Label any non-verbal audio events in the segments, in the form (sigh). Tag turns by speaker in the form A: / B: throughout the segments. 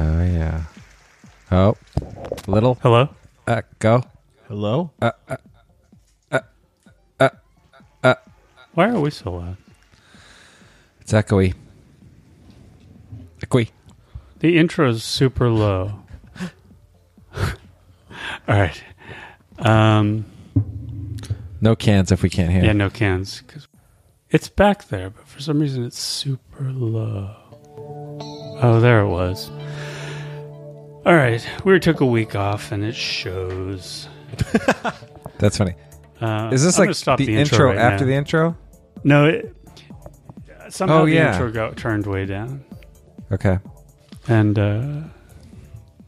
A: Oh yeah. Oh, little.
B: Hello?
A: Uh, go.
C: Hello?
A: Uh, uh.
B: Why are we so loud?
A: It's echoey. Echoey.
B: The intro's super low. (laughs) All right. Um,
A: No cans if we can't hear.
B: yeah, no cans. 'cause it's back there, but for some reason it's super low. Oh, there it was. All right. We took a week off and it shows.
A: That's funny.
B: Uh,
A: Is this
B: I'm gonna
A: like
B: stop
A: the, intro,
B: right
A: after
B: now.
A: the intro?
B: No, it, somehow
A: Oh,
B: the
A: yeah.
B: intro got turned way down.
A: Okay.
B: And uh,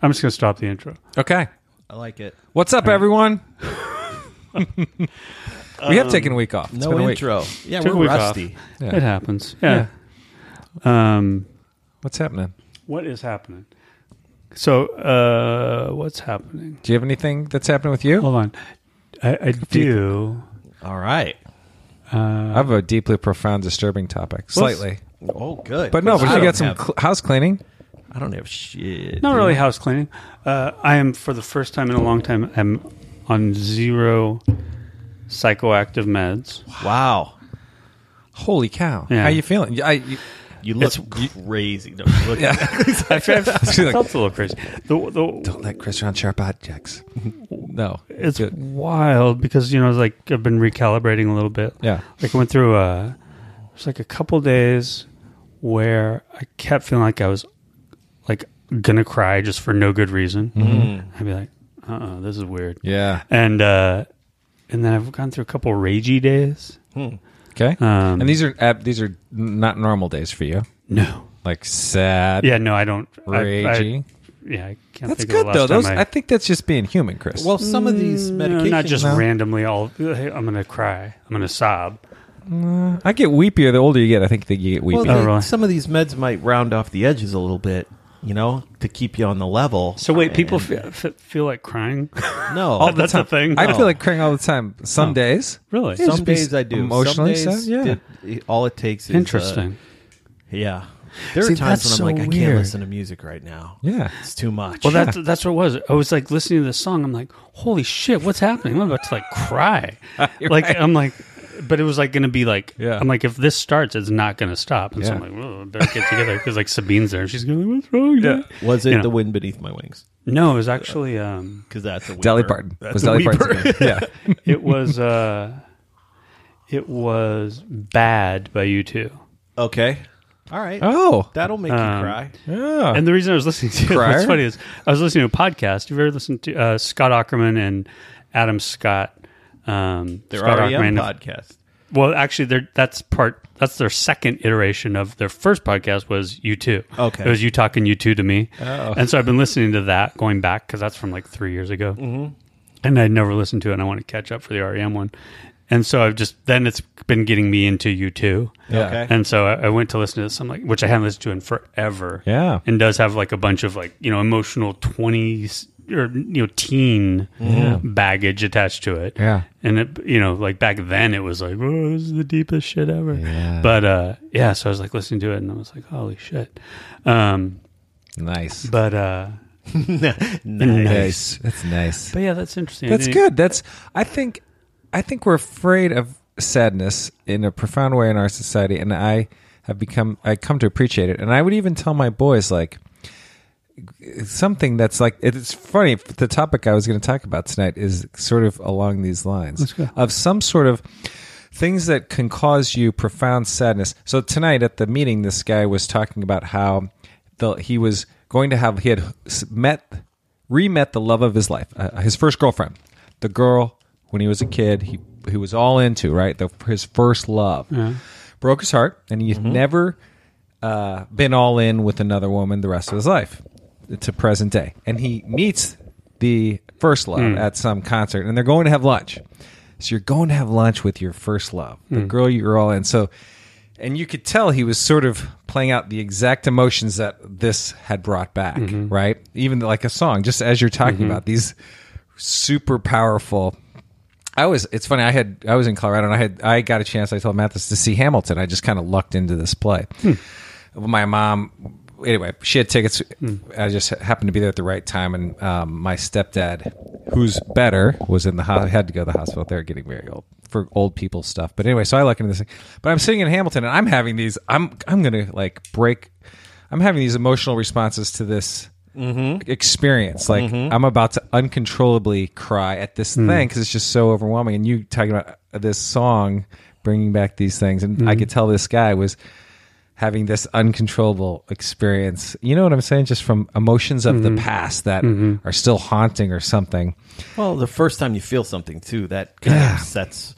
B: I'm just going to stop the intro.
A: Okay.
C: I like it.
A: What's up,
B: (laughs)
A: everyone? we
B: Um,
A: have taken a week off. It's
C: No
A: been a week.
C: intro. Yeah,
B: Took a
C: we're
B: week off.
C: rusty.
A: Yeah.
B: It happens. Yeah. Um,
A: What's happening?
B: what is happening? So, uh, what's happening?
A: Do you have anything that's happening with you?
B: Hold on. I, I do.
C: All right.
A: I have a deeply profound, disturbing topic. Slightly,
C: Oh, good.
A: but no. But
C: I
A: you
C: don't
A: got some
C: have-
A: cl- house cleaning.
C: I don't have shit.
B: Not
C: dude.
B: really house cleaning. Uh, I am, for the first time in a long time, I'm on zero psychoactive meds.
C: Wow.
A: Holy cow!
B: Yeah.
A: How you feeling? I,
B: (laughs)
A: you,
C: You look
B: It's-
C: crazy. No, you look
B: I felt
A: like-
B: a little crazy. The, the,
A: don't let Chris Ron sharp objects. (laughs) no,
B: it's
A: Good.
B: wild because, you know, it's like I've been recalibrating a little bit.
A: yeah.
B: like I went through a it's like a couple days where I kept feeling like I was like gonna cry just for no good reason. I'd be like, uh, uh this is weird.
A: Mm-hmm. Yeah.
B: And uh, and then I've gone through a couple ragey days.
A: Okay.
B: Um,
A: and these are ab- these are n- not normal days for you.
B: No,
A: Like sad,
B: yeah, no, I don't. I- I-
A: ragey.
B: yeah, I
A: that's
B: can't. think of the
A: good
B: last
A: though.
B: time
A: Those, I,
B: I,
A: think that's just being human, Chris.
C: well, some of these
B: Mm, No,
C: medications.
B: not just
A: no.
B: randomly. All hey, I'm gonna cry. I'm gonna sob.
A: (laughs) I get weepier the older you get. I think that you get
C: well,
A: weepier.
B: Oh,
C: they-
B: really?
C: some of these meds might round off the edges a little bit, you know, to keep you on the level.
B: So wait, people
C: And-
B: f- f- feel like crying.
C: no.
A: all the
B: that's
A: time.
B: a thing.
A: I feel
B: Oh.
A: like crying all the time. Some days,
B: really?
A: It's-
C: some
A: just be
C: days I do. Some
A: emotionally
C: days
A: sad, yeah.
C: it- all it takes is uh,
B: Interesting.
C: yeah. There
B: See,
C: are times when I'm
B: that's
C: like,
B: so
C: I can't
B: weird.
C: listen to music right now.
A: yeah.
C: It's too much.
B: Well, that's that's what it was. I was like listening to this song. I'm like, holy shit, what's happening? I'm about to like cry. like I'm like, but it was like going to be like,
A: Yeah.
B: I'm like, if this starts, it's not going to stop. And so I'm
A: Yeah.
B: like, well, better get together because like Sabine's there. and She's going, what's wrong? Yeah.
C: Was it
B: You know.
C: the wind beneath my wings?
B: No, it was actually um,
C: Because that's a
A: Dolly
C: weeper.
A: Parton
C: That's
A: was
C: a
A: Dolly
C: weeper.
A: Parton.
B: (laughs)
A: yeah.
B: it was uh, it was bad by you two.
C: Okay. All right.
A: Oh.
C: That'll make
B: Um,
C: you cry.
A: Yeah.
B: And the reason I was listening to
A: Crier?
B: what's funny is I was listening to a podcast. You've ever listened to uh, Scott Ackerman and Adam Scott? Um,
C: Their E
B: Scott
C: REM
B: Ackerman of-
C: podcast.
B: Well, actually, they're, that's part. That's their second iteration of their first podcast was you two.
C: Okay.
B: it was you talking you two to me. Oh. and so I've been listening to that going back because that's from like three years ago, mm-hmm. and I'd never listened to it. and I want to catch up for the REM one, and so I've just then it's been getting me into you two.
A: Yeah.
C: Okay.
B: And so I, I went to listen to some like which I haven't listened to in forever.
A: Yeah.
B: and does have like a bunch of like you know emotional twenties or you know teen baggage attached to it.
A: Yeah.
B: and it you know like back then it was like oh this is the deepest shit ever. But uh, yeah, so I was like listening to it and I was like holy shit. Um,
A: nice.
B: but uh,
A: (laughs) Nice. That's nice.
B: but yeah, that's interesting. I
A: That's
B: didn't-
A: good. That's I think I think we're afraid of sadness in a profound way in our society and I have become I come to appreciate it. And I would even tell my boys like something that's like it's funny the topic I was going to talk about tonight is sort of along these lines of some sort of things that can cause you profound sadness. So tonight at the meeting this guy was talking about how the, he was going to have he had s- met re-met the love of his life, uh, his first girlfriend. The girl when he was a kid, he he was all into, right? The, his first love broke his heart, and he's never uh, been all in with another woman the rest of his life to present day. And he meets the first love at some concert, and they're going to have lunch. So you're going to have lunch with your first love, the girl you're all in. So, and you could tell he was sort of playing out the exact emotions that this had brought back, right? Even like a song, just as you're talking about these super powerful I was. It's funny. I had. I was in Colorado, and I had. I got a chance. I told Mathis to see Hamilton. I just kind of lucked into this play. My mom. Anyway, she had tickets. I just happened to be there at the right time, and um, my stepdad, who's better, was in the ho- had to go to the hospital. They're getting very old for old people stuff. But anyway, so I lucked into this thing. But I'm sitting in Hamilton, and I'm having these. I'm. I'm gonna like break. I'm having these emotional responses to this experience. Like I'm about to uncontrollably cry at this thing 'cause thing because it's just so overwhelming. And you talking about uh, this song bringing back these things, and I could tell this guy was having this uncontrollable experience. You know what I'm saying? Just from emotions of the past that are still haunting or something.
C: Well, the first time you feel something too, that kind
A: Yeah. Mm-hmm.
C: of sets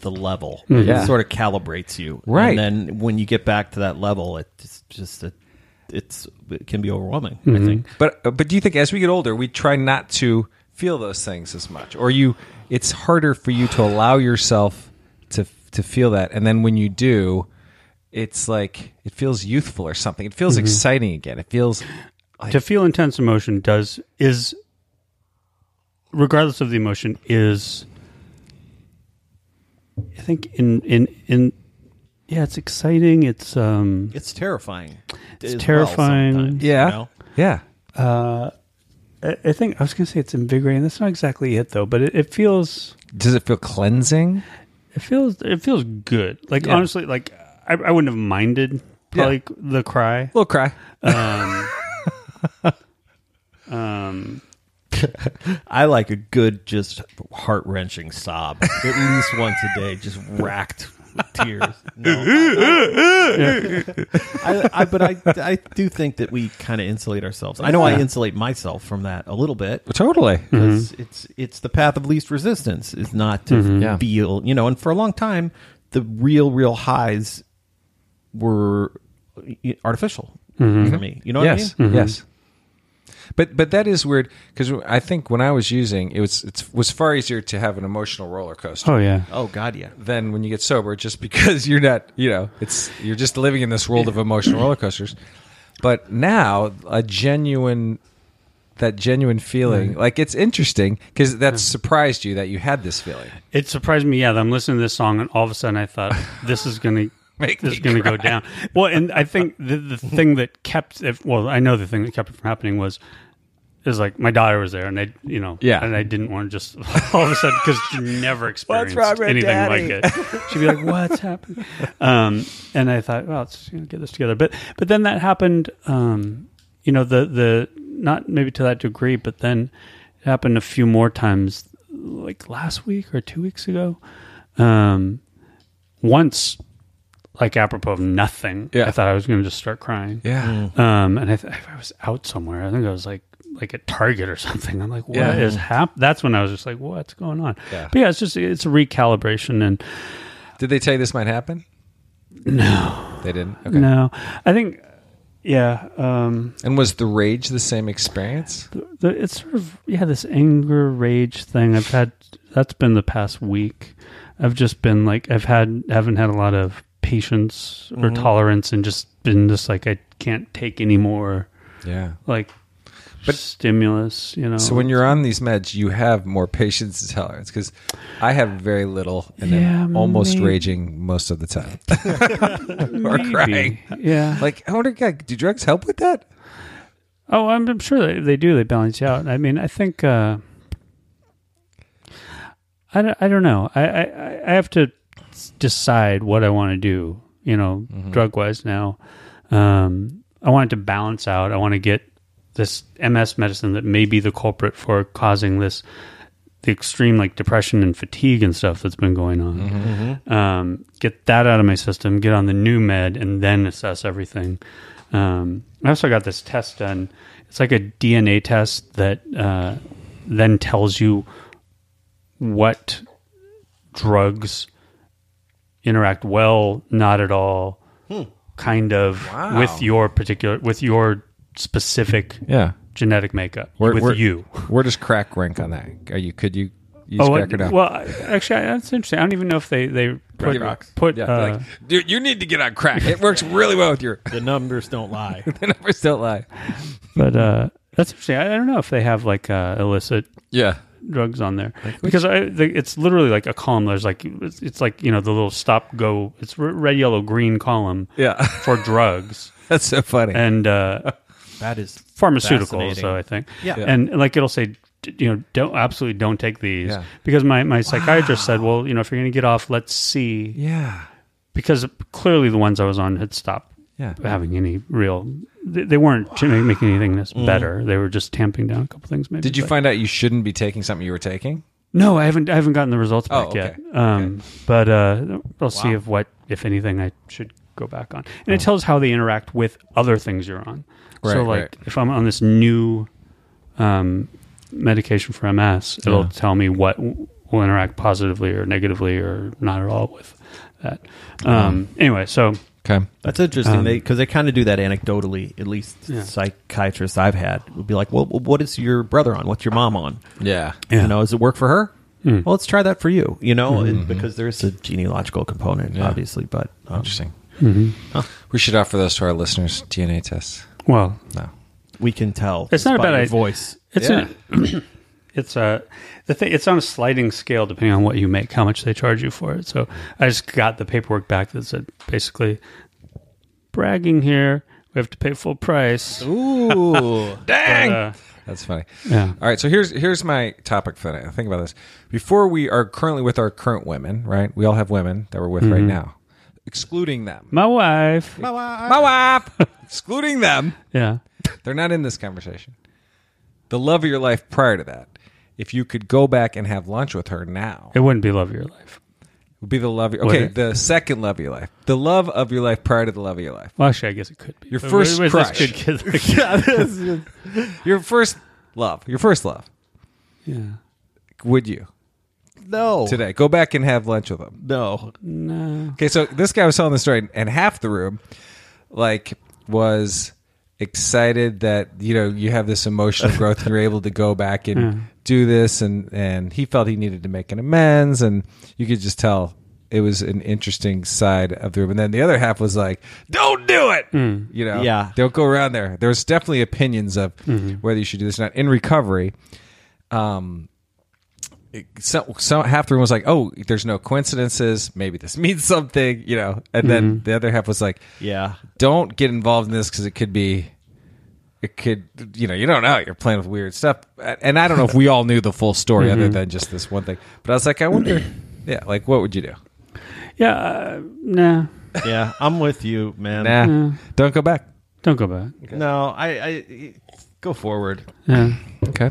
C: the level.
A: Yeah.
C: It sort of calibrates you.
A: Right.
C: And then when you get back to that level, it's just a, it's it can be overwhelming,
A: Mm-hmm.
C: I think.
A: But uh, but do you think as we get older, we try not to feel those things as much, or you? It's harder for you to allow yourself to to feel that, and then when you do, it's like it feels youthful or something. It feels exciting again. It feels
B: to feel intense emotion does is regardless of the emotion is i think in in in yeah it's exciting it's um
C: It's terrifying. It's
B: terrifying.
A: yeah,
C: You know?
A: yeah.
B: i, I think i was going to say it's invigorating that's not exactly it though but it, it feels
A: Does it feel cleansing?
B: it feels it feels good like
A: Yeah.
B: honestly like I, I wouldn't have minded probably the cry
A: little cry.
C: I like a good, just heart wrenching sob at least once a day, just racked with tears. No, I- I, I, but I, I do think that we kind of insulate ourselves. I know I insulate myself from that a little bit.
A: Totally.
C: because It's it's the path of least resistance. Is not to
A: Mm-hmm. Yeah.
C: feel you know. And for a long time, the real real highs were y- artificial for me. You know what I
A: Mm-hmm.
C: mean?
A: yes, Mm-hmm. yes. But but that is weird because I think when I was using it was it was far easier to have an emotional roller coaster.
B: oh yeah
C: Oh God, yeah.
A: Then when you get sober just because (laughs) you're not you know it's you're just living in this world of (coughs) emotional roller coasters but now a genuine that genuine feeling like it's interesting because that surprised you that you had this feeling
B: It surprised me, yeah, that I'm listening to this song and all of a sudden I thought this is gonna
A: (laughs) Make
B: this is
A: me
B: gonna go down. Well, and I think the the thing that kept if, well, I know the thing that kept it from happening was is like my daughter was there and I you know
A: Yeah.
B: and I didn't want to just (laughs) all of a sudden because she never experienced anything like it. She'd be like, What's happening? Um and I thought, well, let's you know, get this together. But but then that happened um you know, the the not maybe to that degree, but then it happened a few more times like last week or two weeks ago. Um, once, like apropos of nothing,
A: Yeah.
B: I thought I was going to just start crying.
A: yeah
B: Um, and I, th- I was out somewhere. I think I was like like at Target or (laughs) something. I'm like, what is
A: Yeah.
B: happening? That's when I was just like, what's going on?
A: Yeah.
B: But yeah, it's just it's a recalibration and
A: did they tell you this might happen no they didn't okay
B: no, I think yeah. Um,
A: and was the rage the same experience
B: the, it's sort of yeah this anger rage thing i've had that's been the past week i've just been like i've had haven't had a lot of patience or
A: Mm-hmm.
B: tolerance and just been just like i can't take any more
A: yeah
B: like stimulus you know
A: So when you're on these meds, you have more patience and tolerance because I have very little and I'm
B: Yeah,
A: almost
B: maybe.
A: raging most of the time. or
B: Maybe.
A: crying.
B: yeah
A: Like, I wonder, God, do drugs help with that?
B: oh i'm, I'm sure they, they do they balance you out i mean i think uh i don't, I don't know I, I I- i have to s- decide what i want to do you know drug wise now um i want it to balance out i want to get this ms medicine that may be the culprit for causing this the extreme like depression and fatigue and stuff that's been going on
A: Mm-hmm,
B: um, get that out of my system get on the new med and then assess everything um, i also got this test done it's like a dna test that uh, then tells you what drugs interact well, not at all, kind of
A: Hmm. Wow.
B: with your particular with your specific
A: Yeah.
B: genetic makeup
A: Where-
B: with
A: where-
B: you.
A: Where does crack rank on that? Are you could you use
B: I-
A: crack or not?
B: Oh, well, I- actually, I- that's interesting. I don't even know if they they put
A: rocks.
B: put
A: Yeah,
B: uh,
A: like, dude, you need to get on crack. It works really well with your (laughs)
C: The numbers don't lie.
A: numbers don't lie.
B: but uh, that's interesting. I, I don't know if they have like uh, illicit
A: Yeah.
B: drugs on there because I, the, it's literally like a column. There's like it's, it's like you know the little stop go. It's re- red, yellow, green column
A: Yeah.
B: (laughs)
A: (laughs)
B: for drugs
A: That's so funny.
B: and
A: (laughs)
B: uh,
C: that is
B: pharmaceuticals.
C: Fascinating.
B: So I think
C: Yeah. Yeah.
B: and like it'll say. d- You know, don't absolutely don't take these
A: Yeah.
B: because my, my psychiatrist said, well, you know, if you're going to get off, let's see
A: yeah.
B: because clearly the ones I was on had stopped
A: Yeah.
B: having any real. They, they weren't to make- making anything this better. They were just tamping down a couple things. Maybe
A: Mm. Did you
B: but-
A: find out you shouldn't be taking something you were taking?
B: No, I haven't. I haven't gotten the results back
A: Oh, okay.
B: yet. Um, But uh, we'll see if what, if anything, I should go back on. And it tells how they interact with other things you're on.
A: Mm. Right,
B: so, like,
A: right.
B: if I'm on this new um, medication for MS, it'll tell me what w- will interact positively or negatively or not at all with that. Um,
A: Mm.
B: Anyway, so
A: Okay.
C: That's
B: um,
C: interesting because they, kind of do that anecdotally. At least
B: Yeah.
C: psychiatrists I've had would be like, "Well, what is your brother on? What's your mom on?
A: Yeah.
B: Yeah.
C: You know, does it work for her? Well, let's try that for you. You know, and-
B: Mm-hmm.
C: because there is a genealogical component, obviously. But um,
A: Interesting.
B: Mm-hmm.
A: We should offer those to our listeners DNA tests.
B: well,
A: No.
C: we can tell.
B: It's not a
C: by
B: bad
C: your
B: idea.
C: voice.
B: It's
A: Yeah.
B: a, (clears throat) it's a the thing. It's on a sliding scale depending on what you make, how much they charge you for it. So I just got the paperwork back that said basically bragging here. We have to pay full price.
A: (laughs)
C: Ooh,
A: Dang.
B: Uh,
A: That's funny.
B: Yeah.
A: All right. So here's here's my topic for the night. Think about this. Before we are currently with our current women, right? We all have women that we're with right
B: Mm-hmm.
A: now, excluding them.
B: my wife.
A: My wife, (laughs) excluding them.
B: Yeah.
A: They're not in this conversation. The love of your life prior to that. If you could go back and have lunch with her now,
B: It wouldn't be love of your life.
A: would be the love. Of your, okay,
B: Would it?
A: the second love of your life, the love of your life prior to the love of your life,
B: Well, actually, I guess it could be.
A: Your
B: Wait,
A: first
B: wait,
A: crush.
B: This could get
A: (laughs) your first love, your first love.
B: (laughs) yeah.
A: Would you
C: no,
A: today go back and have lunch with them?
C: no.
B: No.
A: Okay, so this guy was telling the story, and half the room, like, was excited that you know you have this emotional growth, and you're able to go back and do this, and and he felt he needed to make an amends, and you could just tell it was an interesting side of the room, and then the other half was like, "Don't do it," you know,
C: Yeah.
A: don't go around there. There's definitely opinions of whether you should do this or not in recovery. so, so half the room was like, "Oh, there's no coincidences. Maybe this (laughs) means something," you know. And then the other half was like,
C: Yeah,
A: "Don't get involved in this because it could be, it could, you know, you don't know. You're playing with weird stuff." And I don't know if we all knew the full story other than just this one thing. But I was like, I wonder, yeah, like what would you do?
B: Yeah. Uh, nah.
C: yeah. I'm with you, man.
A: Nah, don't go back.
B: Don't go back.
C: No, I, I go forward.
B: Yeah.
A: Okay,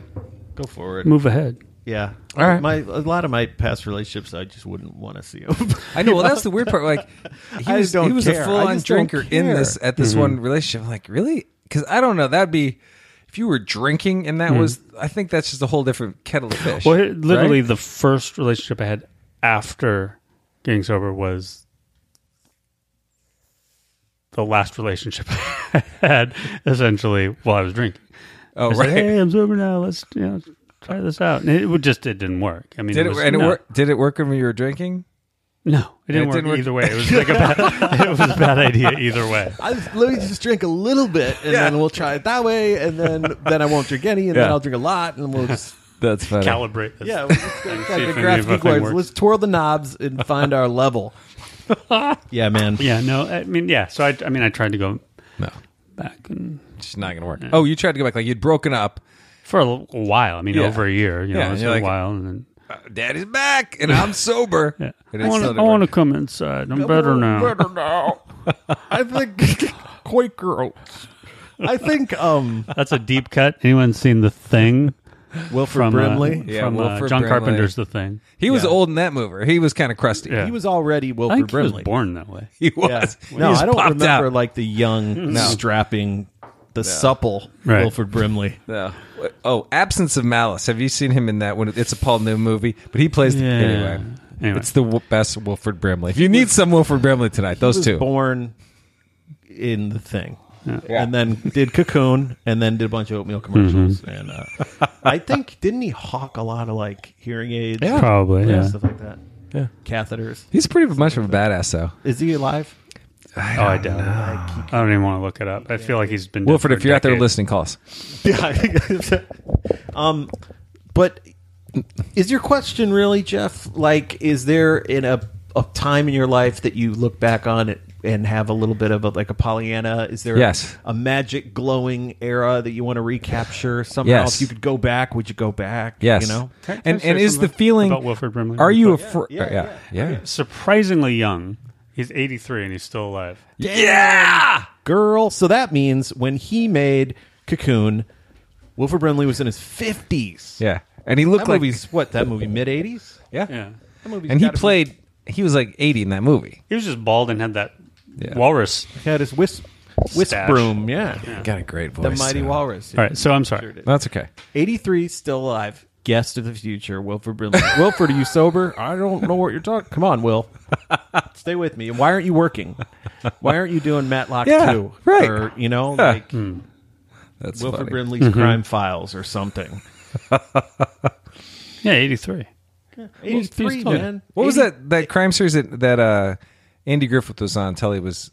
C: Go forward.
B: Move ahead.
C: Yeah.
A: All right.
C: My a lot of my past relationships, I just wouldn't want to see them. (laughs)
A: I know. Well, that's the weird part. Like, he
C: I
A: was,
C: don't
A: he was
C: care.
A: a
C: I
A: full on
C: just don't
A: drinker in
C: care.
A: this at
B: Mm-hmm.
A: this one relationship. I'm like, really? Because I don't know. That'd be if you were drinking, and that was. I think that's just a whole different kettle of fish.
B: Mm-hmm. Well, it- literally,
A: right?
B: the first relationship I had after getting sober was the last relationship (laughs) I had, essentially, while I was drinking.
A: oh
B: I was like,
A: right.
B: hey, I'm sober now. Let's you know, try this out. And it would- just it didn't work. I mean,
A: Did
B: it
A: it,
B: was,
A: and it
B: no,
A: work, did it work when you were drinking?
B: No, it didn't,
A: it didn't
B: work,
A: work.
B: either way. It
A: (laughs)
B: was like a bad, it was a bad idea either way.
C: I, let me just drink a little bit, and then we'll try it that way, and then then I won't drink any, and
A: Yeah.
C: then I'll drink a lot, and
B: (laughs)
C: we'll just
A: That's funny.
B: Calibrate this.
C: yeah.
B: thing,
C: We'll just
B: see
C: got
B: if
C: the
B: any
C: graphic
B: fucking
C: keyboards.
B: works.
C: Let's twirl the knobs
B: (laughs)
C: and find our level. (laughs) yeah, man.
B: yeah, no, I mean, yeah. So I, I mean, I tried to go
A: no,
B: back and
A: it's not gonna work. Oh, you tried to go back. Like you'd broken up.
B: for a l- while. I mean,
A: Yeah.
B: over a year. You know,
A: Yeah,
B: it was a
A: you're like-
B: while, and then
A: Uh, Daddy's back, and I'm sober.
B: Yeah.
A: And
B: I
A: it still
B: want to
A: didn't work. (laughs)
B: come inside. I'm better now. (laughs)
C: Better now. I think Quaker Oats. I think um,
B: That's a deep cut. Anyone seen The Thing
C: Wilford
B: from uh,
C: Brimley.
A: Yeah,
B: from uh,
A: Wilford
B: John
A: Brimley.
B: Carpenter's The Thing?
A: He was
C: Yeah.
A: old in that mover. He was kind of crusty.
B: Yeah.
C: he was
B: I
C: already Wilford
B: think he was
C: Brimley.
B: born that way.
A: He was.
B: (laughs)
C: Yeah.
A: He
C: No,
A: just
C: I don't
A: popped
C: remember
A: out.
C: like the young, strapping, the supple
B: Right.
C: Wilford Brimley.
A: No. Oh, Absence of Malice. Have you seen him in that one? It's a Paul Newman movie, but he plays the, anyway.
B: Anyway,
A: It's the w- best Wilford Brimley. If you need some Wilford Brimley tonight, those
C: was
A: two.
C: born in the thing. And then did Cocoon, and then did a bunch of oatmeal commercials,
B: Mm-hmm.
C: and uh, I think didn't he hawk a lot of like hearing aids,
A: Yeah.
B: probably.
C: and
B: Yeah.
C: stuff like that,
A: Yeah.
C: catheters.
A: He's pretty much of a badass, though.
C: Is he alive?
B: Oh, I doubt it. I don't even want to look it up. I feel like he's been dead
A: Wilford,
B: for a
A: if you're out there
B: decade.
A: listening, call us.
C: Yeah. (laughs) um, but is your question really, Jeff? Like, is there in a a time in your life that you look back on it and have a little bit of a, like a Pollyanna? Is there
A: Yes.
C: a, magic glowing era that you want to recapture somehow?
A: Yes.
C: If you could go back, would you go back?
A: Yes.
C: You know.
B: Can I- can I
A: and
B: say
A: and is the
B: something
A: feeling.
B: about Wilford Brimley?
A: Are you
B: But-
A: afraid? Yeah yeah,
B: surprisingly young? He's 83 and he's still alive.
C: girl. So that means when he made Cocoon, Wilford Brimley was in his fifties.
A: Yeah. And he looked
C: That
A: like.
C: movie's what? That movie mid eighties.
A: yeah.
B: Yeah.
A: And he played. He was like 80 in that movie.
B: He was just bald and had that
A: Yeah.
B: walrus.
C: had his wisp wisp
B: Stash.
C: broom. Yeah.
A: Got a great voice.
C: the mighty
A: too.
C: walrus.
B: All right, so I'm sorry.
A: That's okay.
C: 83, still alive. Guest of the future, Wilford Brimley. (laughs) Wilford, are you sober? I don't know what you're talking. Come on, Will. Stay with me. Why aren't you working? Why aren't you doing Matlock
A: Yeah,
C: 2?
A: right.
C: Or, you know,
A: Yeah.
C: like
A: That's
C: Wilford
A: funny.
C: Brimley's crime files or something.
B: Yeah, 83.
C: 83,
B: still-
C: man.
A: What was
C: 80
A: that? That crime series that, that uh, Andy Griffith was on until he was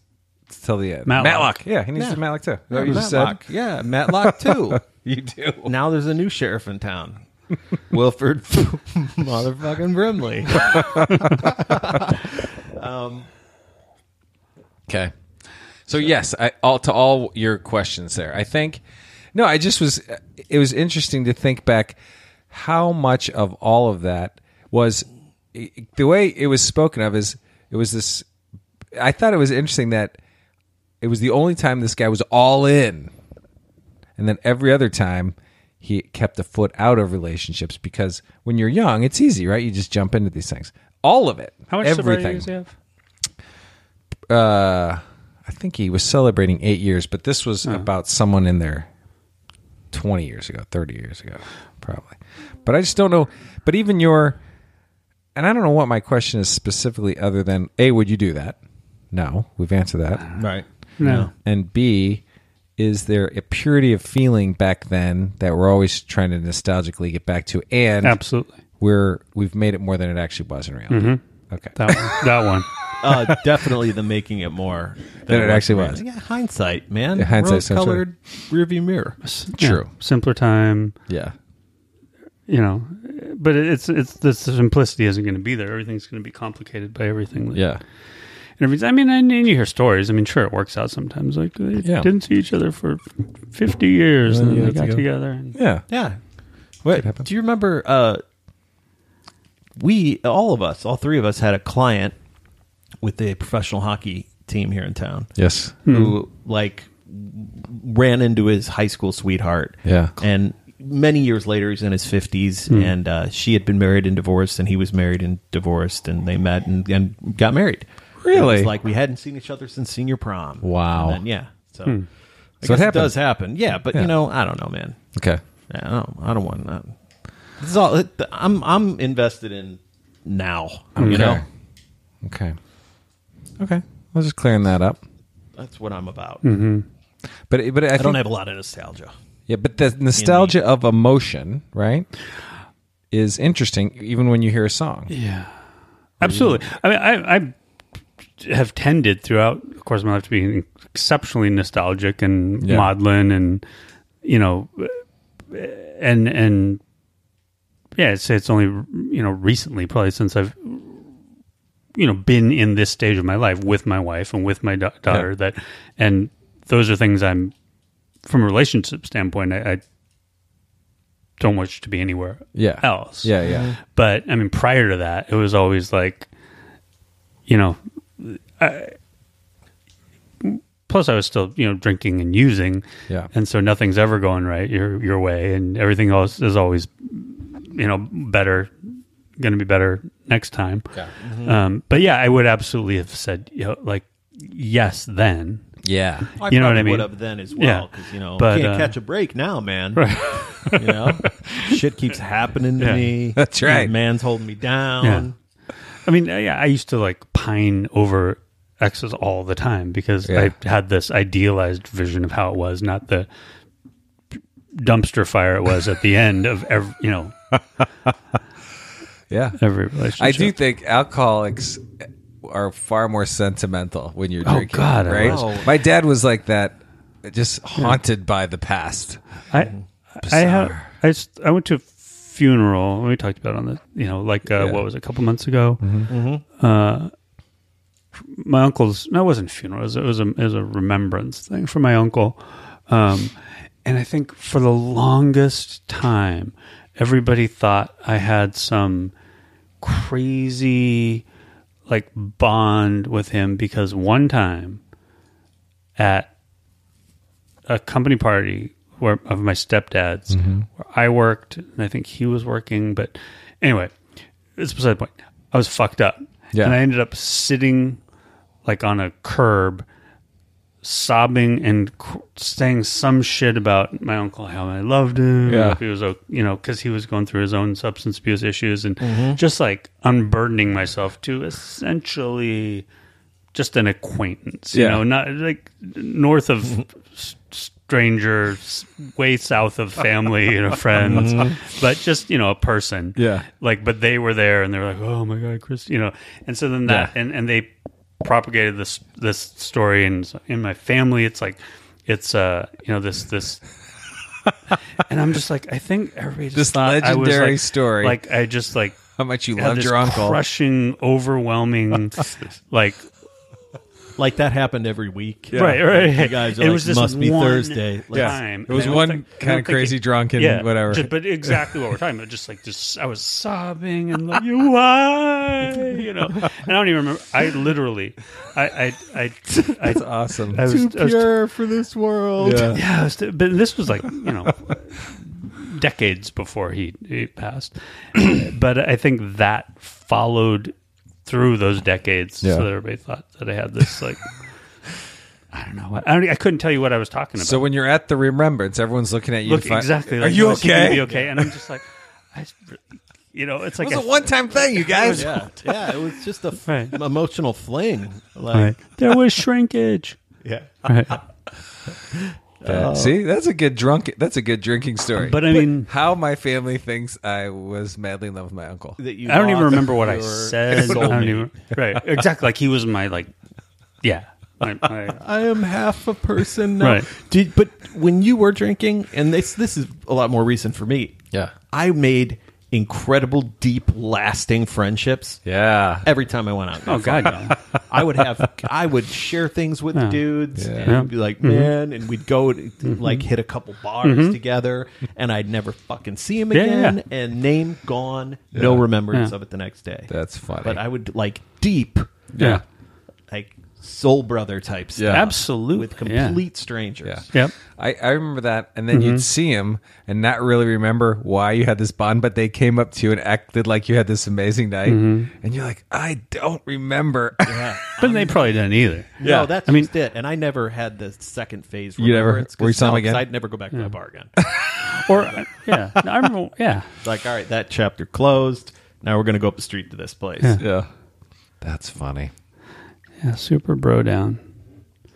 A: till the end.
B: Matlock.
A: Yeah, he needs
C: Yeah.
A: to Matlock too. Is that uh,
C: Yeah,
A: what you just said?
C: Matlock. Yeah, Matlock 2.
A: You do.
C: now there's a new sheriff in town. (laughs) Wilford (laughs) motherfucking Brimley.
A: Okay. So yes, I, all to all your questions there. I think no, I just was. It was interesting to think back how much of all of that was the way it was spoken of is it was this. I thought it was interesting that it was the only time this guy was all in, and then every other time he kept a foot out of relationships because when you're young, it's easy, right? You just jump into these things. All of it.
B: How much sobriety
A: everything
B: does he have?
A: uh, I think he was celebrating eight years, but this was about someone in there twenty years ago, thirty years ago, probably. But I just don't know. But even your, and I don't know what my question is specifically, other than a, would you do that? No, we've answered that.
C: Right.
B: No.
A: And b, is there a purity of feeling back then that we're always trying to nostalgically get back to? And
B: Absolutely.
A: we're we've made it more than it actually was in reality. Okay,
B: That one. that one.
C: uh, definitely the making it more
A: Than it actually was.
C: Yeah, hindsight, man.
A: Yeah, hindsight's so true.
C: Rose-colored rearview mirror.
B: Yeah.
A: (laughs) True.
B: Simpler time,
A: yeah,
B: you know. But it's it's the simplicity isn't going to be there. Everything's going to be complicated by everything. that-
A: yeah.
B: And everything. I mean, and, and you hear stories. I mean, sure, it works out sometimes. Like they
A: Yeah.
B: didn't see each other for fifty years, and then they got together. And,
A: Yeah,
C: Yeah. What, do you remember? Uh, we all of us, all three of us, had a client with a professional hockey team here in town
A: yes,
C: who
A: Hmm.
C: like ran into his high school sweetheart.
A: Yeah. Hmm.
C: and many years later, he's in his fifties, and uh, she had been married and divorced, and he was married and divorced, and they met and, and got married.
A: Really?
C: It was like we hadn't seen each other since senior prom.
A: Wow.
C: And then, yeah. So, I
A: So it
C: guess it,
A: happened.
C: does happen. Yeah, but
A: Yeah.
C: you know, I don't know, man.
A: okay.
C: Yeah, I don't. I don't want that. This is all. I'm. I'm invested in now. You know,
A: Okay. Okay. I was just clearing that up.
C: that's what I'm about.
B: Mm-hmm.
A: But it- but I,
C: I don't
A: think-
C: have a lot of nostalgia.
A: yeah. But the nostalgia of emotion, right, is interesting. Even when you hear a song,
B: Absolutely. I mean, I, I have tended throughout, of course, my life to be exceptionally nostalgic and
A: Yeah.
B: maudlin, and you know, and and yeah, it's it's only you know recently, probably since I've you know been in this stage of my life with my wife and with my da- daughter
A: Yeah.
B: that, and those are things I'm from a relationship standpoint, I. I don't wish to be anywhere
A: yeah,
B: else.
A: yeah, yeah,
B: But I mean, prior to that, it was always like, you know, I, plus I was still you know drinking and using,
A: Yeah.
B: and so nothing's ever going right your your way, and everything else is always, you know, better, going to be better next time. Yeah. Um, but yeah, I would absolutely have said you know, like yes then.
A: yeah.
C: I
B: You know what
C: probably
B: I mean?
C: Would have then as
B: Yeah.
C: well because you know
B: But,
C: can't
B: uh,
C: catch a break now, man.
B: (laughs)
C: you know, shit keeps happening to
B: Yeah.
C: me.
A: That's right.
C: Man's holding me down.
B: I mean, I, I used to like pine over exes all the time because
A: Yeah.
B: I had this idealized vision of how it was, not the dumpster fire it was at the end of every, you know,
A: Yeah.
B: every
A: I
B: relationship.
A: do think alcoholics are far more sentimental when you're
B: Oh,
A: drinking.
B: God, I
A: right?
C: was.
A: My dad was like that, just haunted by the past.
B: I, I have. I, s- I went to a funeral. We talked about it on the. You know, like uh, what was it, a couple months ago. Uh, my uncle's. No, it wasn't a funeral. It was, it was a it was a remembrance thing for my uncle. Um, and I think for the longest time, everybody thought I had some crazy like bond with him because one time at a company party where, of my stepdad's
A: Mm-hmm.
B: where I worked and I think he was working. But anyway, it's beside the point. I was fucked up.
A: Yeah.
B: And I ended up sitting like on a curb, sobbing and cr- saying some shit about my uncle, how I loved him.
A: Yeah.
B: If he was, o- you know, because he was going through his own substance abuse issues and
A: Mm-hmm.
B: just like unburdening myself to essentially just an acquaintance, you
A: Yeah. Mm-hmm.
B: know, not like north of s- stranger, s- way south of family, you know, friends, but just you know a person.
A: Mm-hmm. Yeah.
B: Like, but they were there, and they were like, "Oh my god, Chris," you know, and so then that,
A: Yeah.
B: and and they propagated this this story, and so in my family, it's like, it's uh, you know,
A: (laughs)
B: this this. and I'm just like, I think everybody just
A: This
B: thought I was,
A: legendary
B: like-
A: story.
B: Like I just like
A: How much you
B: had
A: loved
B: this
A: your uncle.
B: crushing,
A: (laughs)
B: overwhelming, like
C: Like that happened every week.
B: Right, right.
C: You guys are
B: it
C: like,
B: was just
C: must be
B: one
C: Thursday. Like,
A: Yeah.
B: Time.
A: It was
B: And I don't
A: one
B: think- I
A: kinda
B: don't think
A: crazy drunk and whatever.
B: just- but exactly what we're talking about. Just like just, I was sobbing and like, you why, you know. And I don't even remember. I literally, I, I,
A: (laughs)
B: I, I,
A: It's awesome.
B: I was,
C: Too
B: I was-
C: pure for this world.
A: Yeah.
B: yeah, I was- but this was like
A: (laughs)
B: you know, decades before he, he passed. (clears throat) but I think that followed through those decades,
A: Yeah.
B: so that everybody thought that I had
A: (laughs)
B: this like. I don't know. I, don't, e, I couldn't tell you what I was talking about.
A: So when you're at the remembrance, everyone's looking at you. to
B: Look
A: find-
B: exactly.
A: Are you
B: "No, she can
A: okay?
B: Be okay. And I'm just like, I, just re- you know, it's like
A: It was a one-time thing, you guys.
C: Yeah. Yeah, it was just a f-
B: Right.
C: emotional fling. Like,
B: There
A: (laughs)
B: was shrinkage.
C: yeah.
B: Right.
A: Yeah.
C: Oh.
A: See, that's a good drunk. That's a good drinking story.
B: But I mean,
A: how my family thinks I was madly in love with my uncle.
C: That you
B: I don't even
C: lost
B: remember what I
C: your
B: said. I don't
C: soulmate.
B: even, right. Exactly. Like he was my like, yeah. My, my,
C: I am half a person now.
B: Right.
C: Did, but when you were drinking, and this this is a lot more recent for me.
A: Yeah.
C: I made incredible, deep, lasting friendships.
A: Yeah.
C: Every time I went out,
B: oh God. (laughs) No.
C: I would have I would share things with the dudes and
B: Yeah.
C: we'd be like, man, and we'd go to, like hit a couple bars together, and I'd never fucking see him
B: Yeah,
C: again.
B: yeah,
C: And name gone, no remembrance
B: Yeah.
C: of it the next day.
A: That's funny.
C: But I would like deep,
B: Yeah.
C: like soul brother types,
A: Yeah.
B: Absolutely.
C: with
B: yeah.
C: complete strangers.
A: Yeah.
B: Yep.
A: I, I remember that, and then
C: Mm-hmm.
A: you'd see him and not really remember why you had this bond, but they came up to you and acted like you had this amazing night,
C: Mm-hmm.
A: and you're like, I don't
C: (laughs)
A: remember.
B: But they probably didn't either.
C: Yeah,
A: Yeah.
C: no, that's
B: I mean-
C: just it. And I never had the second phase.
A: You never-
C: remembrance, 'cause
A: were you saw him
C: no, 'cause
A: again?
C: I'd never go back to that bar again.
B: Or yeah. No, I remember. Yeah.
C: like, all right, that chapter closed. Now we're gonna go up the street to this place.
A: yeah, that's funny.
B: Yeah. Super bro down.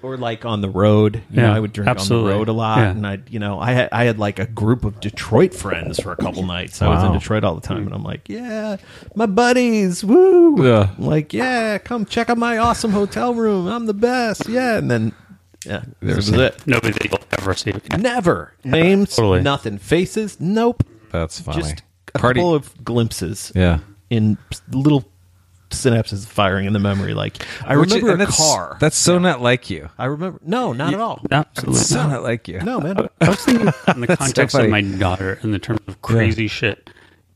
C: or like on the road. You know,
B: Yeah,
C: I would drink
B: absolutely.
C: on the road a lot,
B: Yeah.
C: and I, would you know, I had, I had like a group of Detroit friends for a couple nights. I was in
A: Wow.
C: Detroit all the time, and I'm like, yeah, my buddies, woo!
A: Yeah.
C: I'm like, yeah, come check out my awesome hotel room. I'm the best, yeah. And then, yeah, this was it.
B: Nobody that you'll ever see.
C: Never names,
B: Totally.
C: nothing, faces, nope.
A: That's funny.
C: Just a
A: Party-
C: couple of glimpses,
A: yeah.
C: in little synapses firing in the memory. Like I
A: Which-
C: remember
A: and
C: a
A: that's-
C: car.
A: That's so not like you.
C: I remember. No, not at all.
B: Absolutely.
A: So not like you.
C: No, man.
B: I was thinking (laughs) in the context
A: funny.
B: of my daughter in the terms of crazy shit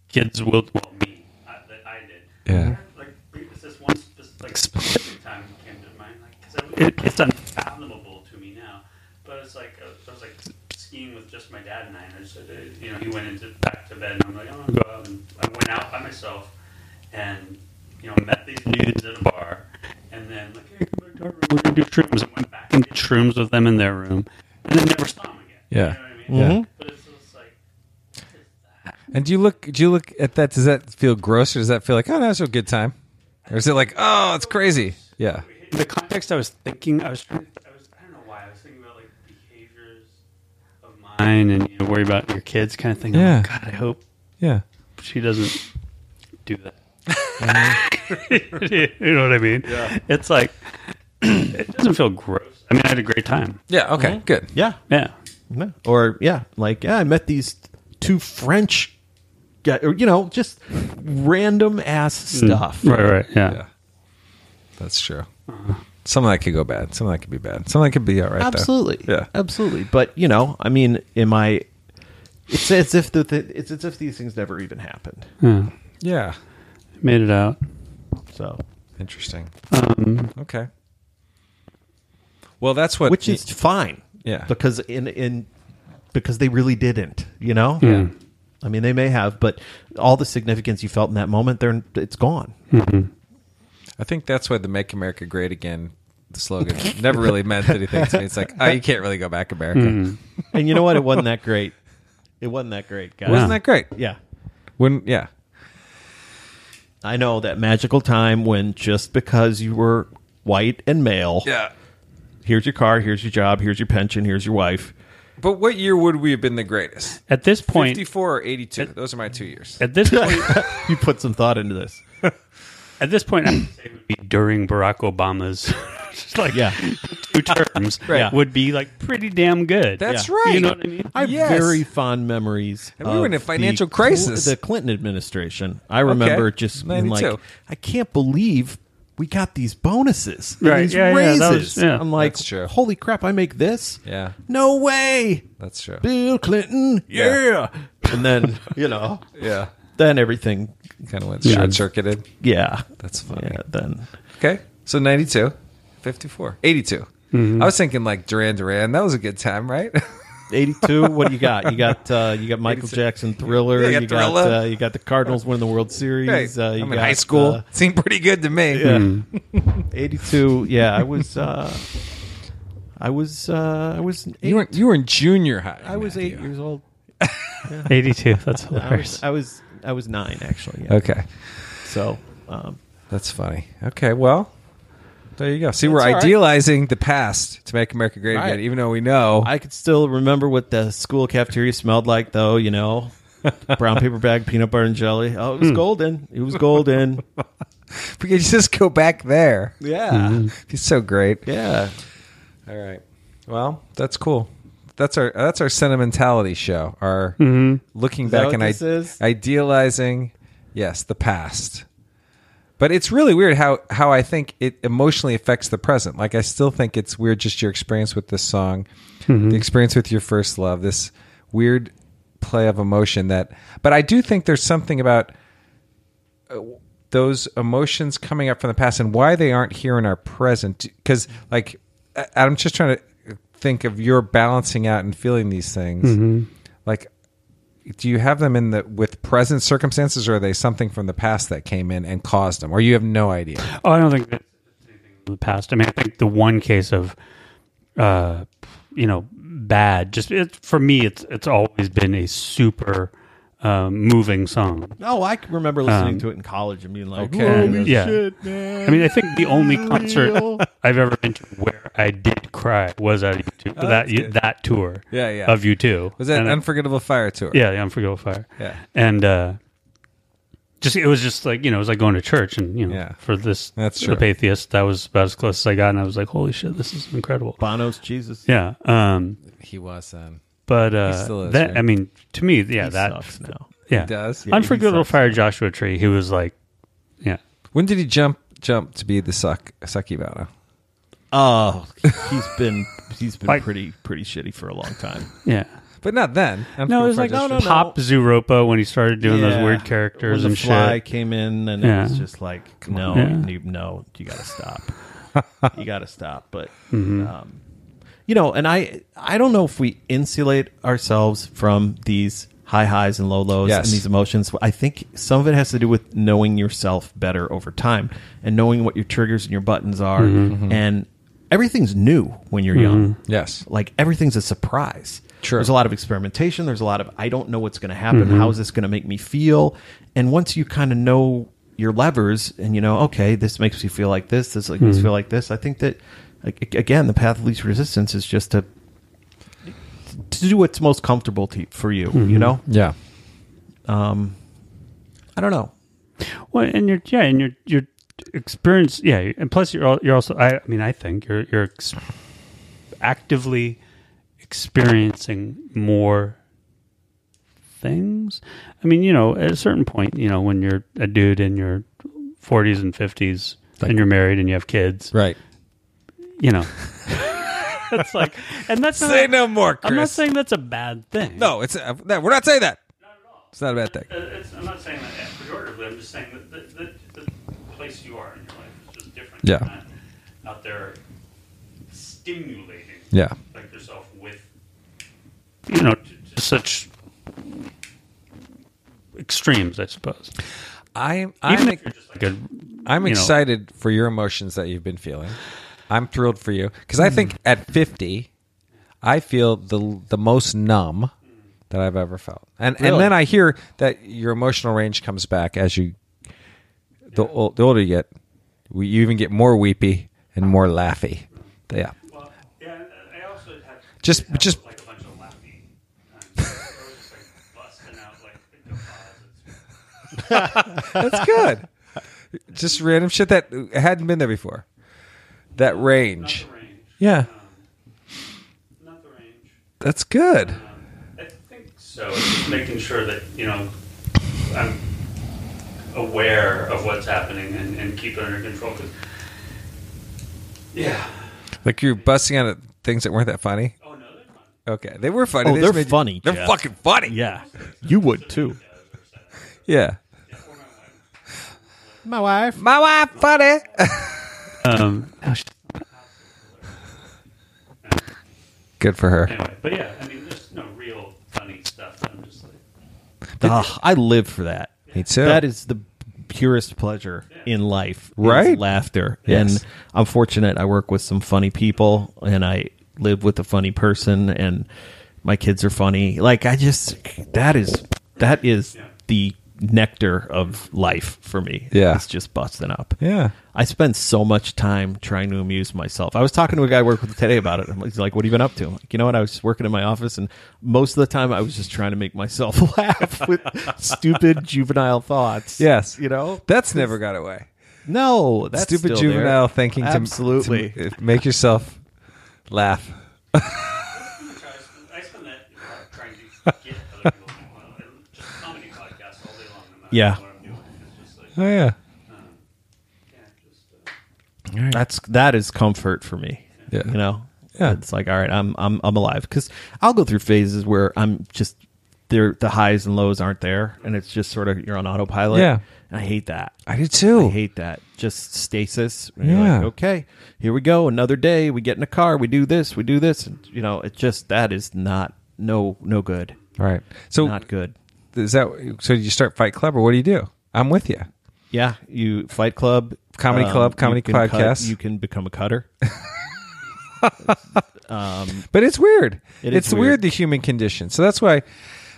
B: kids will well, me I, that I did.
A: Yeah.
B: Like it's this one specific, like, specific time that came to mind. Like, 'cause I- it, it's unfathomable to me now, but it's like uh, I was, I was like skiing with just my dad and I. And I just, uh, you know, he went into back to bed, and I'm like, I'm gonna go out. And I went out by myself, and you know, met these dudes at a bar, and then like, hey, come back to our room. We're gonna do shrooms. And went back and did shrooms with them in their room, and then never saw them again.
A: Yeah.
B: You know what I mean?
A: Yeah.
B: But it's just like,
A: And do you look? Do you look at that? Does that feel gross, or does that feel like, oh, that was a good time? Or is it like, oh, it's crazy? Yeah.
B: the context I was thinking, I was trying. To, I was. I don't know why. I was thinking about like behaviors of mine and you know, worry about your kids kind of thing. I'm
A: Yeah.
B: like, God, I hope
A: Yeah.
B: she doesn't do that. (laughs) you know what I mean? Yeah. It's like (clears throat) it doesn't feel gross. I mean, I had a great time.
A: Yeah. Okay. Good.
C: Mm-hmm. Yeah.
B: Yeah.
C: No. Or yeah, like yeah, I met these two French guy, or you know, just random ass stuff.
B: Hmm. Right. Right. Yeah.
A: Yeah. That's true. Some of that could go bad. Some of that could be bad. Some of that could be all right. though.
C: Absolutely.
A: Yeah.
C: Absolutely. But you know, I mean, am I? It's as if the, the it's as if these things never even happened.
B: Hmm.
A: Yeah.
B: Made it out.
C: So,
A: Interesting. okay. Well, that's what.
C: Um, which is fine.
A: Yeah.
C: Because in in because they really didn't. You know.
B: Hmm.
C: I mean, they may have, but all the significance you felt in that moment, they're it's gone.
B: Hmm.
A: I think that's why the "Make America Great Again" the
C: (laughs)
A: slogan never really meant anything to me. It's like, oh, you can't really go back, America.
C: Mm-hmm. and you know what? It wasn't that great. It wasn't that great, guys.
A: Wasn't that great?
C: Yeah.
A: Wouldn't? Yeah.
C: I know that magical time when just because you were white and male,
A: Yeah.
C: here's your car, here's your job, here's your pension, here's your wife.
A: But what year would we have been the greatest?
B: At this point.
A: Fifty-four or eighty-two? Those are my two years.
B: At this point.
C: You put some thought into this.
B: At this point, I would say it would be during Barack Obama's (laughs) just like
C: Yeah.
B: two terms
C: (laughs) Right.
B: would be like pretty damn good.
A: That's
C: Yeah.
A: right.
B: You know what I mean?
C: I have
A: Yes.
C: very fond memories.
A: And we were in a
C: of
A: financial
C: the,
A: crisis.
C: The Clinton administration. I remember just being like,
A: 92.
C: I can't believe we got these bonuses, and
B: Right.
C: These
B: Yeah, yeah,
C: raises.
B: that was- yeah.
C: I'm like,
A: That's true.
C: holy crap! I make this.
A: Yeah.
C: No way,
A: That's true.
C: Bill Clinton.
A: Yeah.
C: Yeah. And then you know,
A: Yeah.
C: then everything.
A: Kind of went short circuited.
C: Yeah.
A: That's funny.
C: Yeah. Then.
A: Okay. So 92, 54, 82.
B: Mm-hmm.
A: I was thinking like Duran Duran. That was a good time, right? (laughs)
C: 82 what do you got you got uh, you got michael
A: 86.
C: jackson thriller
A: Yeah, you
C: you
A: got
C: got
A: Thriller.
C: uh, you got the cardinals winning the world series
A: right.
C: uh, you
A: I'm
C: got,
A: in high school.
C: uh,
A: (laughs) Seemed pretty good to me.
C: yeah
B: Mm-hmm.
C: 82 yeah i was uh, i was uh, i was eight,
A: You were you were in junior high.
C: i was eight years old
B: Eighty-two. That's
C: I
B: hilarious.
C: was, I was i was nine actually yeah.
A: Okay.
C: so um,
A: That's funny. Okay, well, there you go. See, we're
C: all right.
A: idealizing the past to make America great
C: Right.
A: again, even though we know.
C: i could still remember what the school cafeteria smelled like though you know brown paper bag peanut butter and jelly oh it
A: Hmm.
C: was golden it
A: (laughs)
C: was golden
A: (laughs) we could just go back there.
C: yeah
A: He's so great.
C: yeah
A: All right. Well, that's cool. That's our that's our sentimentality show. Our looking
C: that
A: back
C: what
A: and
C: this Mm-hmm. is?
A: idealizing, yes, the past. But it's really weird how how I think it emotionally affects the present. Like I still think it's weird just your experience with this song,
C: Mm-hmm.
A: the experience with your first love, this weird play of emotion that but I do think there's something about those emotions coming up from the past and why they aren't here in our present because like I- i'm just trying to think of your balancing out and feeling these things like do you have them in the with present circumstances or are they something from the past that came in and caused them or you have no idea
B: oh, I don't think that's anything from the past. I mean, I think the one case of, uh, you know, bad. Just it, for me, it's it's always been a super um, moving song.
C: Oh, I can remember listening
B: Um,
C: to it in college and being like,
A: okay.
C: "Holy
B: Yeah.
C: shit, man!"
B: I mean, I think the only concert I've ever been to where I did cry was at U2, that
A: Oh, that's good.
B: that tour.
A: Yeah, yeah.
B: Of you two
A: was that unforgettable fire tour
B: yeah, the Unforgivable Fire.
A: Yeah.
B: and uh, just it was just like you know it was like going to church and you know
A: Yeah.
B: for this
A: That's
B: the
A: true.
B: atheist that was about as close as I got and I was like holy shit this is incredible.
C: Bono's Jesus.
B: Yeah, um,
A: he was um
B: but uh,
A: still is,
B: that
A: right?
B: I mean to me yeah
C: He
B: that (laughs)
C: sucks now.
B: yeah
A: does? Yeah, he
B: Unforgivable
C: sucks.
B: Fire Joshua Tree he was like yeah
A: when did he jump jump to be the suck sucky Bono?
C: Oh, he's been he's been
B: Like-
C: pretty pretty shitty for a long time.
B: yeah.
A: but not then
B: No, it was like
A: Unforgettable Fire Joshua.
B: Pop Zuropa when he started doing those weird characters
C: when
B: and
C: the fly
B: shit.
C: came in, and
B: Yeah.
C: it was just like, "No,
B: Yeah.
C: you, no, you got
B: (laughs)
C: to stop. you got to stop." But
B: Mm-hmm.
C: um, you know, and I I don't know if we insulate ourselves from these high highs and low lows
A: Yes.
C: and these emotions. I think some of it has to do with knowing yourself better over time and knowing what your triggers and your buttons are,
B: Mm-hmm.
C: and everything's new when you're young
A: yes
C: like everything's a surprise.
A: True.
C: There's a lot of experimentation. There's a lot of I don't know what's going to happen. How is this going to make me feel? And once you kind of know your levers and you know, okay, this makes me feel like this, this makes me feel like this. I think that like, again, the path of least resistance is just to to do what's most comfortable to, for you. You know,
A: Yeah.
B: Um,
C: I don't know.
B: Well, and your yeah, and your your experience, yeah, and plus you're al- you're also I, I mean I think you're you're ex- actively experiencing more things. I mean, you know, at a certain point, you know, when you're a dude in your 40s and 50s and you're married and you have kids,
A: Right.
B: you know. (laughs) that's like and
A: (laughs)
B: that's
A: Say
B: not,
A: no more, Chris.
B: Uh, I'm not saying that's a bad thing.
A: no, it's uh, no, we're not saying that. It's not a bad thing.
B: Uh, It's, I'm not saying that pejoratively. I'm just saying that the, the, the place you are in your life is just different.
A: Yeah.
B: You're not out there stimulating
A: Yeah.
B: like yourself with you know t- t- such extremes, I suppose.
A: I'm
B: Even
A: I'm
B: if you're just like a
A: I'm
B: you know.
A: excited for your emotions that you've been feeling. I'm thrilled for you because
B: Hmm.
A: I think at 50, I feel the the most numb that I've ever felt, and and
C: Really?
A: then I hear that your emotional range comes back as you the ol the older you get, we, you even get more weepy and more laughy. Yeah,
B: well, yeah. and I also had
A: Just-
B: had,
A: just-
B: like a bunch of laughing. times. (laughs) I was just like busting out like the composites.
A: that's
B: (laughs)
A: good. Just random shit that hadn't been there before. That range,
B: Not the range.
A: yeah,
B: Not the range.
A: that's good.
B: I think so. It's just making sure that you know I'm aware of what's happening and, and keep it under control. 'cause- yeah.
A: Like you're busting out at things that weren't that funny.
B: Oh no, they're not.
A: Okay, they were funny.
C: Oh,
A: They
C: they're
A: just made you-
C: funny,
A: they're
C: Jeff.
A: fucking funny.
C: Yeah, you would too.
A: yeah.
C: My wife.
A: My wife funny.
B: Um.
A: Good for her.
B: Anyway, but yeah, I mean, there's no real funny stuff. That I'm just like,
C: Ugh, I live for that.
A: Me too.
C: That is the purest pleasure in life. is
A: Right?
C: laughter.
A: Yes.
C: And I'm fortunate. I work with some funny people, and I live with a funny person, and my kids are funny. Like I just that is that is the nectar of life for me.
A: Yeah.
C: it's just busting up.
A: yeah.
C: I spend so much time trying to amuse myself. I was talking to a guy I work with today about it. I'm like- He's like, "What have you been up to?" I'm like, you know what? I was just working in my office, and most of the time, I was just trying to make myself (laughs) laugh with stupid juvenile thoughts.
A: Yes.
C: you know
A: That's never got away.
C: no that's
A: Stupid
C: still
A: juvenile
C: there.
A: thinking. To,
C: Absolutely,
A: to m- make yourself laugh.
B: I spend, I spend that trying to get other people. to laugh. I Just comedy podcasts all day long. No matter
C: Yeah.
B: What I'm doing, it's just like,
A: Oh yeah.
B: yeah, just, uh,
C: that's that is comfort for me.
A: Yeah.
C: you know.
A: Yeah.
C: it's like all right, I'm I'm I'm alive because I'll go through phases where I'm just there. The highs and lows aren't there, and it's just sort of you're on autopilot.
A: Yeah.
C: and I hate that.
A: I do too.
C: I hate that. Just stasis. And you're like,
A: Yeah.
C: okay, here we go. Another day. We get in a car. We do this. We do this. And you know, it just that is not no no good.
A: Right. So
C: not good.
A: is that so? You start Fight Club, or what do you do? I'm with you.
C: Yeah, you Fight Club, um,
A: Comedy Club,
C: you
A: comedy
C: can cut-
A: podcast.
C: you can become a cutter.
A: But it's weird.
C: It is
A: it's weird.
C: weird.
A: the human condition. So that's why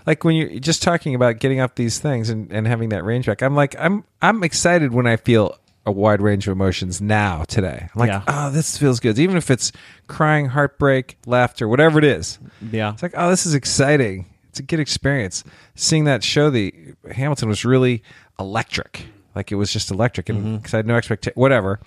A: like when you're just talking about getting off these things and, and having that range back, I'm like I'm I'm excited when I feel a wide range of emotions now today. I'm like,
C: Yeah.
A: oh, this feels good. Even if it's crying, heartbreak, laughter, whatever it is.
C: Yeah.
A: It's like, oh, this is exciting. It's a good experience. Seeing that show, the Hamilton was really electric. Like it was just electric,
C: Mm-hmm.
A: and because I had no expectation, whatever.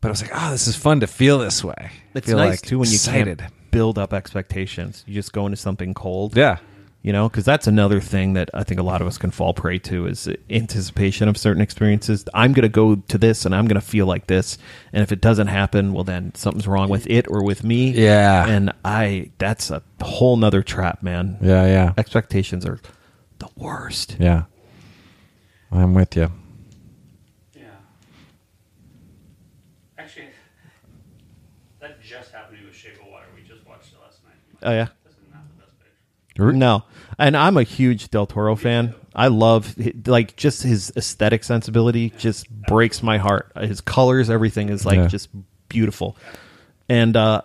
A: But I was like, oh, this is fun to feel this way.
C: It's
A: Feel,
C: nice
A: like,
C: too when you
A: excited.
C: can't build up expectations. You just go into something cold.
A: Yeah.
C: You know, because that's another thing that I think a lot of us can fall prey to is anticipation of certain experiences. I'm going to go to this and I'm going to feel like this, and if it doesn't happen, well, then something's wrong with it or with me.
A: Yeah.
C: and I that's a whole nother trap, man.
A: Yeah, yeah.
C: expectations are the worst.
A: Yeah. I'm with you.
B: Yeah. Actually, that just happened to be with Shape of Water. We just watched it last night.
C: Oh yeah.
B: This is not the best picture.
C: No, and I'm a huge Del Toro fan. I love like just his aesthetic sensibility just breaks my heart. His colors, everything is like
A: Yeah.
C: just beautiful. And uh,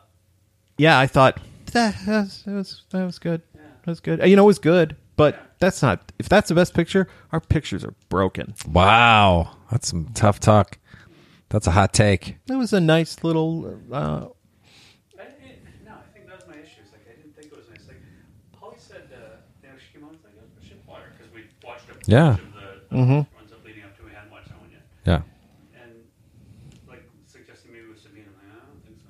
C: yeah, I thought that was, that was that was good. That was good. You know, it was good. But that's not. If that's the best picture, our pictures are broken.
A: Wow, that's some tough talk. That's a hot take.
C: It was a nice little. Uh,
B: I didn't- No, I think that was my issue. It's like I didn't think it was nice. Like Holly said, uh, the Eskimo thing was ship oh, water because we watched a bunch
A: Yeah.
B: of the, the
C: Mm-hmm.
B: ones up leading up to. it. We hadn't watched that one yet,
A: Yeah.
B: and like suggesting maybe we should be. I'm like, I don't think so.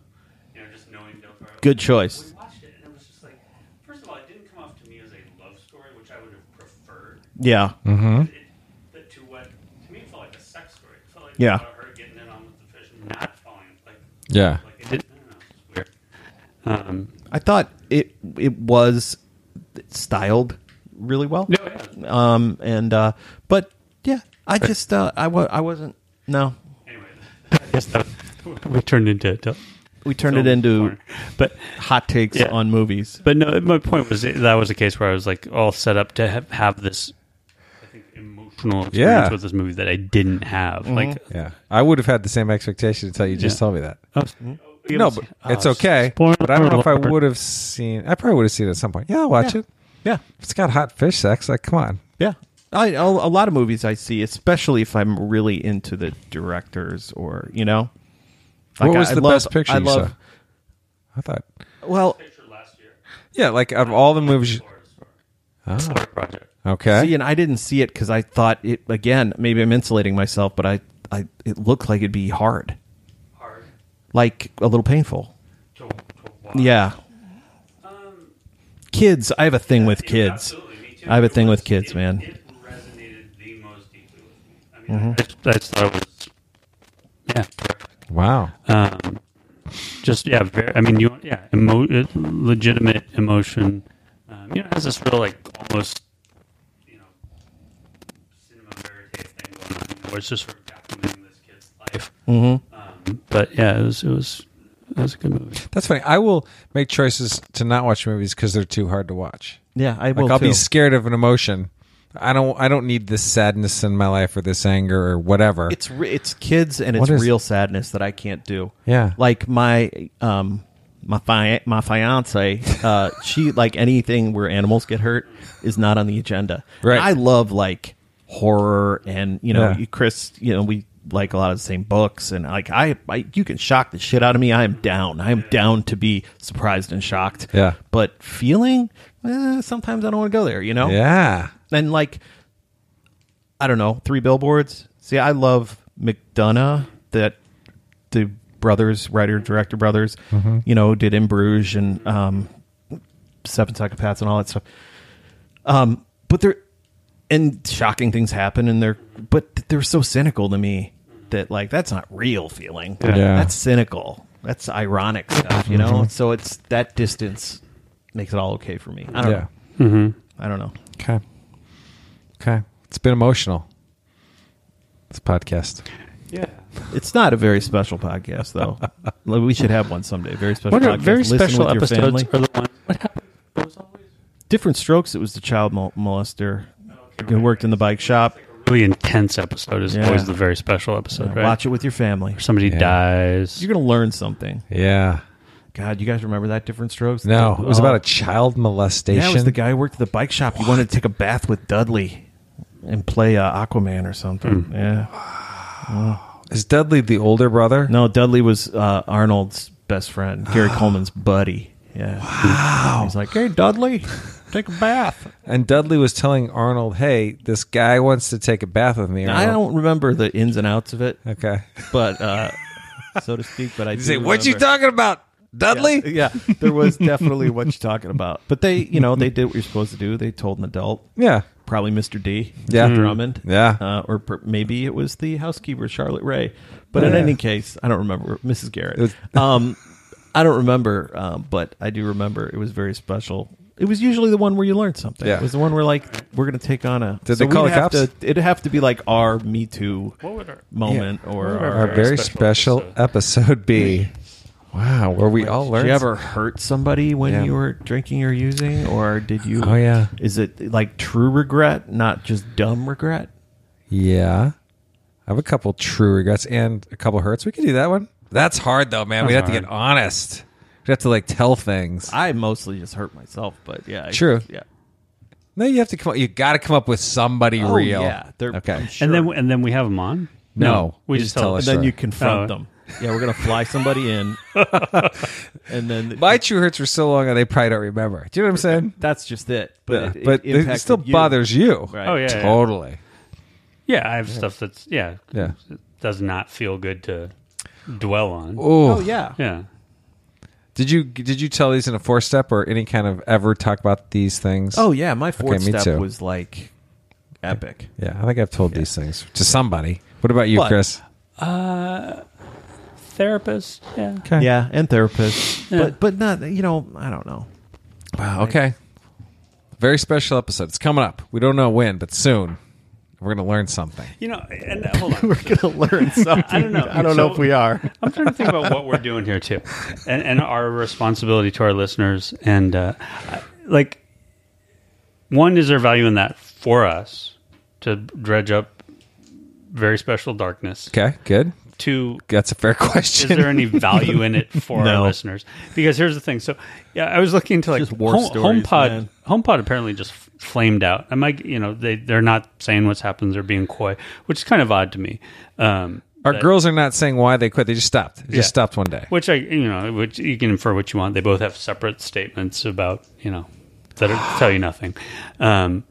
B: You know, just knowing Del Toro.
C: good choice.
B: We watched it, and it was just like, first of all, it didn't come off to me as a love story, which I would have preferred.
C: Yeah.
A: Hmm?
B: It, but to what to me it felt like a sex story. It felt like
C: Yeah.
B: about her getting in on with the fish and not falling like
A: Yeah.
B: like it didn't. I don't know. It's weird. Um,
C: I thought it it was styled really well. Um and uh but yeah, I just uh I wa- I wasn't no.
B: Anyway, (laughs) I guess that we turned into a
C: We turned it into
B: but
C: hot takes
B: Yeah.
C: on movies.
B: but no. My point was that that was a case where I was like all set up to have, have this. I think emotional experience
A: Yeah. Mm-hmm.
B: with this movie that I didn't have. Like,
A: Yeah. I would have had the same expectation until you just
B: Yeah.
A: told me that.
B: oh,
A: No, but
B: uh,
A: it's okay.
B: spoiler
A: But I don't know if I
B: alert.
A: would have seen. I probably would have seen it at some point. Yeah, I'll watch it.
C: Yeah.
A: If it's got hot fish sex, like come on.
C: Yeah. I a a lot of movies I see, especially if I'm really into the directors or, you know.
A: what
C: Like,
A: was
C: I
A: the
C: love-
A: best picture
C: I
A: you
C: love
A: saw? I thought.
C: well,
B: picture last year.
A: Yeah, like of all the movies. Oh.
B: Sorry, project.
A: Okay.
C: See, and I didn't see it cuz I thought it again, maybe I'm insulating myself, but I I it looked like it'd be hard.
B: Hard
C: Like a little painful.
B: to, to watch.
C: Yeah. kids, I have a thing with
B: Yeah,
C: kids.
B: absolutely, me too.
C: I have a
B: It
C: thing
B: was-
C: with kids,
B: it-
C: man. Mm-hmm.
B: It resonated the most deeply with me. I mean, I, just, I just thought it was, yeah,
A: Wow.
B: um, just yeah, very. I mean, you yeah, emo- it- legitimate emotion. Um, you know, it has this real like almost you know cinema verite thing going on, you know, where it's just sort of documenting this kid's life.
C: Mm-hmm.
B: Um, but yeah, it was it was it was a good movie.
A: That's funny. I will make choices to not watch movies because they're too hard to watch.
C: Yeah, I
A: Like
C: will
A: I'll
C: too.
A: be scared of an emotion. I don't. I don't need this sadness in my life or this anger or whatever.
C: it's re- it's kids and
A: What
C: it's
A: is-
C: real sadness that I can't do.
A: Yeah.
C: like my um my fi- my fiance,
A: (laughs)
C: uh, she like anything where animals get hurt is not on the agenda.
A: Right.
C: I love like horror and you know
A: Yeah.
C: you- Chris, you know we like a lot of the same books and like I, I you can shock the shit out of me. I am down. I am down to be surprised and shocked.
A: Yeah.
C: but feeling eh, sometimes I don't want to go there. You know.
A: yeah.
C: and like I don't know, three billboards. See, I love McDonough, that the brothers, writer director brothers,
A: Mm-hmm.
C: you know, did In Bruges and um, Seven Psychopaths and all that stuff. Um, but they're and shocking things happen, and they're but they're so cynical to me that like that's not real feeling.
A: Yeah. Mm-hmm.
C: That's cynical. That's ironic stuff, you know. So it's that distance makes it all okay for me. I don't
A: Yeah.
C: know. I don't know.
A: Okay. Okay. It's been emotional. This podcast.
B: Yeah.
C: It's not a very special
A: (laughs)
C: podcast, though. Like, we should have one someday. Very special.
B: What are
C: podcast.
B: very
C: Listen
B: special
C: with your
B: episodes
C: family.
B: are the ones. What happened? What was always
C: Different strokes. It was the child mol- molester who worked in the bike shop.
B: a really intense episode is
C: Yeah.
B: always the very special episode, right?
C: Watch it with your family.
B: Somebody dies.
C: You're gonna learn something.
A: Yeah.
C: God, you guys remember that different strokes?
A: No, it was
C: Oh.
A: about a child molestation.
C: Yeah, it was the guy who worked at the bike shop. He wanted to take a bath with Dudley and play uh, Aquaman or something.
A: Hmm.
C: Yeah.
A: Is Dudley the older brother?
C: No, Dudley was uh, Arnold's best friend,
A: (gasps)
C: Gary Coleman's buddy. Yeah. Wow. He's like, hey, Dudley, take a bath.
A: And Dudley was telling Arnold, "Hey, this guy wants to take a bath with me."
C: I
A: Arnold."
C: don't remember the ins and outs of it. (laughs)
A: Okay.
C: but uh, so to speak. But I
A: You say, "What you talking about, Dudley?"
C: about? Yeah, there was definitely what you talking about. But they, you know, they did what you're supposed to do. They told an adult,
A: Yeah.
C: probably Mr. D,
A: Yeah. Mm-hmm.
C: Mr. Drummond,
A: Yeah.
C: uh, or per- maybe it was the housekeeper Charlotte Ray. But in
A: Yeah.
C: any case, I don't remember Mrs. Garrett.
A: was-
C: um, I don't remember, um, but I do remember it was very special. It was usually the one where you learned something.
A: Yeah.
C: It was the one where like we're going to take on a.
A: Did they call
C: we'd
A: the
C: have
A: cops?
C: To, it'd have to be like our Me Too
B: What would our-
C: moment or
B: What would
C: our
A: Our very special, episode. B. Wow, where we all learned.
C: Did you ever hurt somebody when
A: Yeah.
C: you were drinking or using, or did you?
A: Oh, yeah.
C: Is it like true regret, not just dumb regret?
A: Yeah. I have a couple true regrets and a couple hurts. We could do that one. That's hard though, man. We'd have
B: That's
A: to get honest. We'd have to like tell things.
C: I mostly just hurt myself, but yeah, I-
A: True.
C: yeah.
A: No, you have to come. You got to come up with somebody
C: Oh,
A: real.
C: yeah, they're-
A: okay.
C: I'm sure.
B: And then and then we have them on.
A: No,
B: we
A: you
B: just
A: just tell
B: tell
C: and
A: us.
C: then
A: Sure.
C: you confront
B: Oh.
C: them. Yeah, we're gonna fly
A: (laughs)
C: somebody in, and then
A: My true hurts were so long ago they probably don't remember. Do you know what I'm saying?
C: that's just it.
A: Yeah.
C: But it,
A: but
C: it,
A: it,
C: impacted
A: still
C: you.
A: bothers you.
C: Right.
B: Oh yeah, yeah.
A: Totally.
B: Yeah, I have stuff that's yeah,
A: Yeah.
B: it does not feel good to dwell on.
C: Oh yeah.
B: Yeah,
A: Did you did you tell these in a four step or any kind of ever talk about these things?
C: Oh yeah. My fourth
A: me
C: step
A: too.
C: was like epic.
A: yeah. I think I've told these things to somebody. What about you,
C: But-
A: Chris?
B: therapist. Yeah,
A: Okay.
C: Yeah, and therapist, but but not you know I don't know.
A: Wow. Okay. Very special episode. It's coming up. We don't know when, but soon we're gonna learn something.
B: you know. And uh, hold (laughs) on,
C: We're (laughs) gonna learn something.
B: I don't know.
C: I don't know if we are.
B: I'm trying to think about what we're doing here too, and, and our responsibility to our listeners, and uh, I- like, one is their value in that for us to dredge up very special darkness.
A: Okay. Good.
B: Two,
A: That's a fair (laughs)
B: is
A: question.
B: there any value in
C: (laughs)
B: it for
C: No.
B: our listeners? Because here's the thing. So, yeah, I was looking into like
C: Just war
B: Home,
C: stories,
B: HomePod.
C: man.
B: HomePod apparently just f- flamed out. Am I? You know, they they're not saying what's happened. They're being coy, which is kind of odd to me. Um,
A: Our girls are not saying why they quit. They just stopped. They
B: Yeah.
A: just stopped one day.
B: which I, you know, which you can infer what you want. They both have separate statements about, you know, that are, tell you nothing. Um,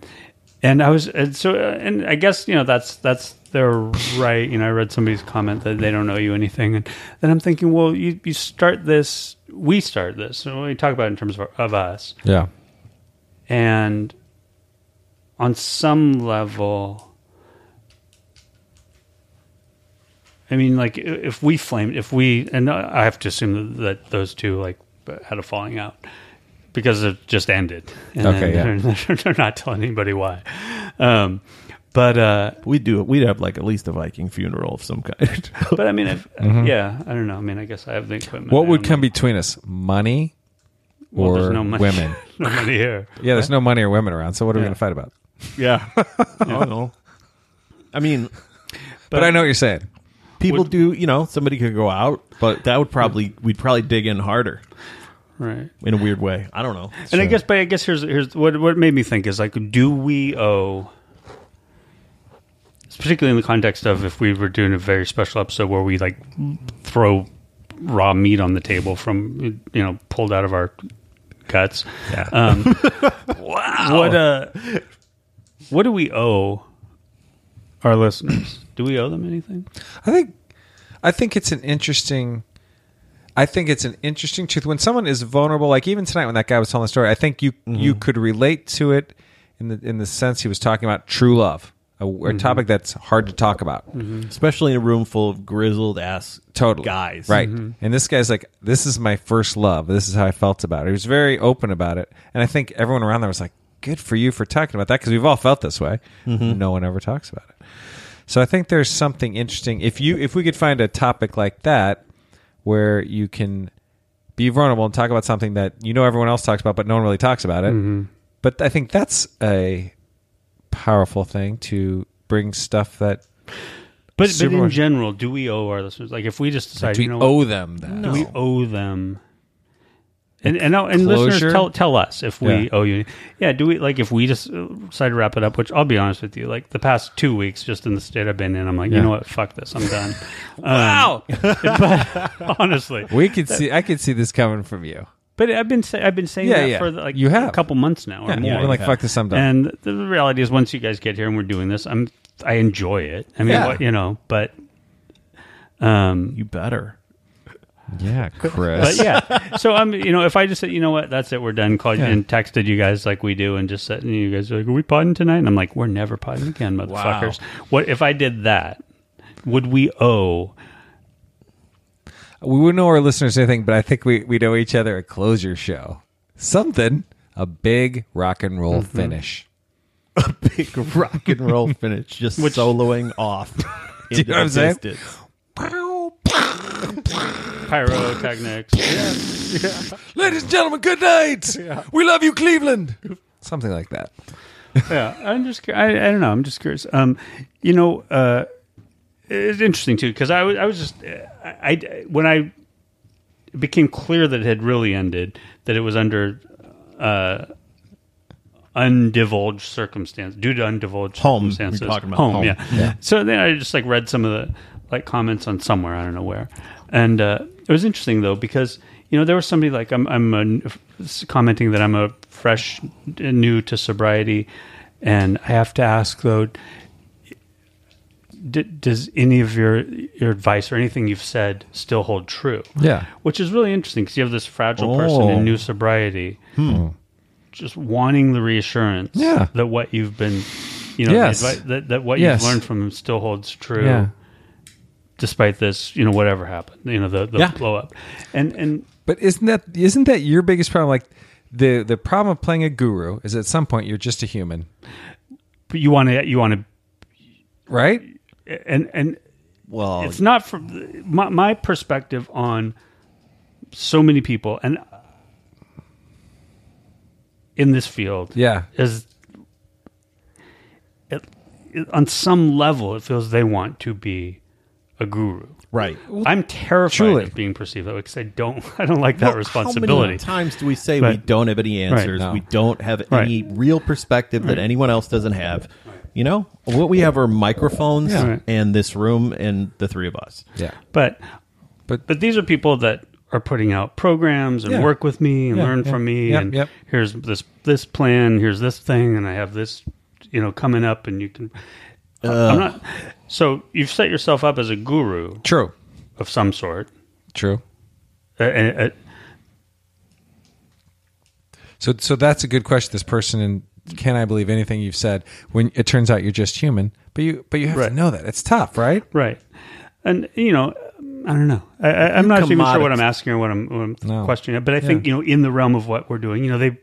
B: and I was, and so, uh, and I guess you know that's that's their right. You know, I read somebody's comment that they don't know you anything, and then I'm thinking, well, you you start this, we start this, and we talk about it in terms of, of us,
A: Yeah.
B: and on some level. I mean, like i- if we flamed, if we, and I I have to assume that, that those two like had a falling out because it just ended. And
A: Okay,
B: then they're, (laughs) they're not telling anybody why. Um, but uh,
C: We do. We'd have like at least a Viking funeral of some kind.
B: but I mean,
A: (laughs)
B: if, yeah, I don't know. I mean, I guess I have the equipment.
A: Mm-hmm. What
B: I
A: would
B: don't
A: come
B: know.
A: between us? Money
B: Well,
A: or
B: there's no money- (laughs)
A: women?
B: no money here.
A: Yeah, there's no money or women around. So what are we
B: Yeah.
A: going to fight about?
C: yeah. (laughs) I don't know. I mean,
A: But, I know what you're saying.
C: people
B: Would-
C: do. You know, somebody could go out, but that would probably we'd probably dig in harder
B: Right.
C: in a weird way. I don't know.
B: and I guess, but I guess here's here's what what made me think is like, do we owe, particularly in the context of if we were doing a very special episode where we like throw raw meat on the table from you know pulled out of our guts. Yeah. Um, (laughs) wow. What uh, what do we owe our listeners? Do we owe them anything?
A: I think I think it's an interesting I think it's an interesting truth when someone is vulnerable like even tonight when that guy was telling the story I think you you could relate to it in the in the sense he was talking about true love a, a topic that's hard to talk about
C: especially in a room full of grizzled ass
A: totally
C: guys.
A: right and this guy's like this is my first love this is how i felt about it he was very open about it and i think everyone around there was like good for you for talking about that because we've all felt this way no one ever talks about it so i think there's something interesting if you if we could find a topic like that where you can be vulnerable and talk about something that you know everyone else talks about but no one really talks about it but i think that's a powerful thing to bring stuff that
B: But but
A: Super
B: in
A: much.
B: general, do we owe our listeners like if we just decide
A: we
B: you know what?
A: owe them that
B: Do we owe them? And and, now- and
A: Closure?
B: listeners, tell tell us if we
A: Yeah.
B: owe you. Yeah, do we like if we just uh, decide to wrap it up? Which I'll be honest with you, like the past two weeks, just in the state I've been in, I'm like, you know what, fuck this, I'm
A: (laughs)
B: done. wow. honestly,
A: We could see. I could see this coming from you.
B: but I've been say, I've been saying
A: Yeah,
B: that
A: yeah.
B: for like
A: You have.
B: a couple months now or
A: Yeah,
B: more.
A: you're like fuck this. I'm done.
B: And the reality is, once you guys get here and we're doing this, I'm I enjoy it. I mean,
A: Yeah.
B: what, you know, but um,
C: You better.
A: yeah,
B: but
A: Chris.
B: yeah, so I'm, you know, if I just said, you know what, that's it, we're done, called you
A: Yeah.
B: and texted you guys like we do, and just said, and you guys are like, are we podding tonight? And I'm like, we're never podding again, motherfuckers. What if I did that? Would we owe?
A: we wouldn't know our listeners anything, but I think we we know each other a closure show. Something a big rock and roll
B: Mm-hmm.
A: finish.
C: (laughs) Big rock and (laughs) roll finish, just soloing (laughs) off.
A: you know what I'm saying?
B: Pyrotechnics.
A: Ladies and gentlemen, good night. We love you, Cleveland. Something like that.
B: yeah, I'm just. cur- I, I don't know. I'm just curious. Um, you know, uh, it's interesting too because I was. I was just. I, I when I it became clear that it had really ended, that it was under uh, undivulged circumstance due to undivulged
C: Home, we're
B: circumstances.
C: talking about
B: home,
C: home.
B: Yeah. So then I just like read some of the like comments on somewhere I don't know where, and uh, it was interesting though because you know there was somebody like I'm I'm a, commenting that I'm a fresh new to sobriety, and I have to ask though. D- does any of your your advice or anything you've said still hold true?
A: Yeah.
B: which is really interesting because you have this fragile person
C: Oh.
B: in new sobriety, just wanting the reassurance
A: Hmm. Yeah.
B: that what you've been, you know, the
A: Yes.
B: advi- that, that what
A: Yes.
B: you've learned from him still holds true,
A: Yeah.
B: despite this, you know, whatever happened, you know, the, the
A: Yeah.
B: blow up, and and
A: But isn't that isn't that your biggest problem? Like the the problem of playing a guru is at some point you're just a human,
B: but you want to you want
A: right?
B: to and and
C: Well,
B: it's not from my, my perspective on so many people and in this field
A: Yeah.
B: is it, it- on some level it feels they want to be a guru
C: right.
B: i'm terrified
A: truly.
B: of being perceived that way because i don't (laughs) i don't like that
C: Well, How
B: responsibility
C: many times do we say we
B: Right.
C: don't have any answers?
A: No.
C: We don't have
B: Right.
C: any real perspective that anyone else doesn't have. You know, what we have are microphones
B: Yeah. Right.
C: and this room and the three of us.
A: Yeah.
B: but
A: But-
B: but but these are people that are putting out programs and
A: Yeah.
B: work with me and
A: Yeah,
B: learn
A: yeah.
B: from me
A: Yep,
B: and
A: yep.
B: here's this this plan here's this thing and i have this you know coming up and you can I'm not, so you've set yourself up as a guru
A: True.
B: of some sort
A: True.
B: Uh, uh, uh,
A: So so that's a good question. This person and can I believe anything you've said when it turns out you're just human? But you but you have
B: Right.
A: to know that it's tough, right?
B: right and you know i don't know I, I, i'm not even sure what i'm asking or what i'm, what I'm
A: No.
B: questioning but i think you know in the realm of what we're doing you know they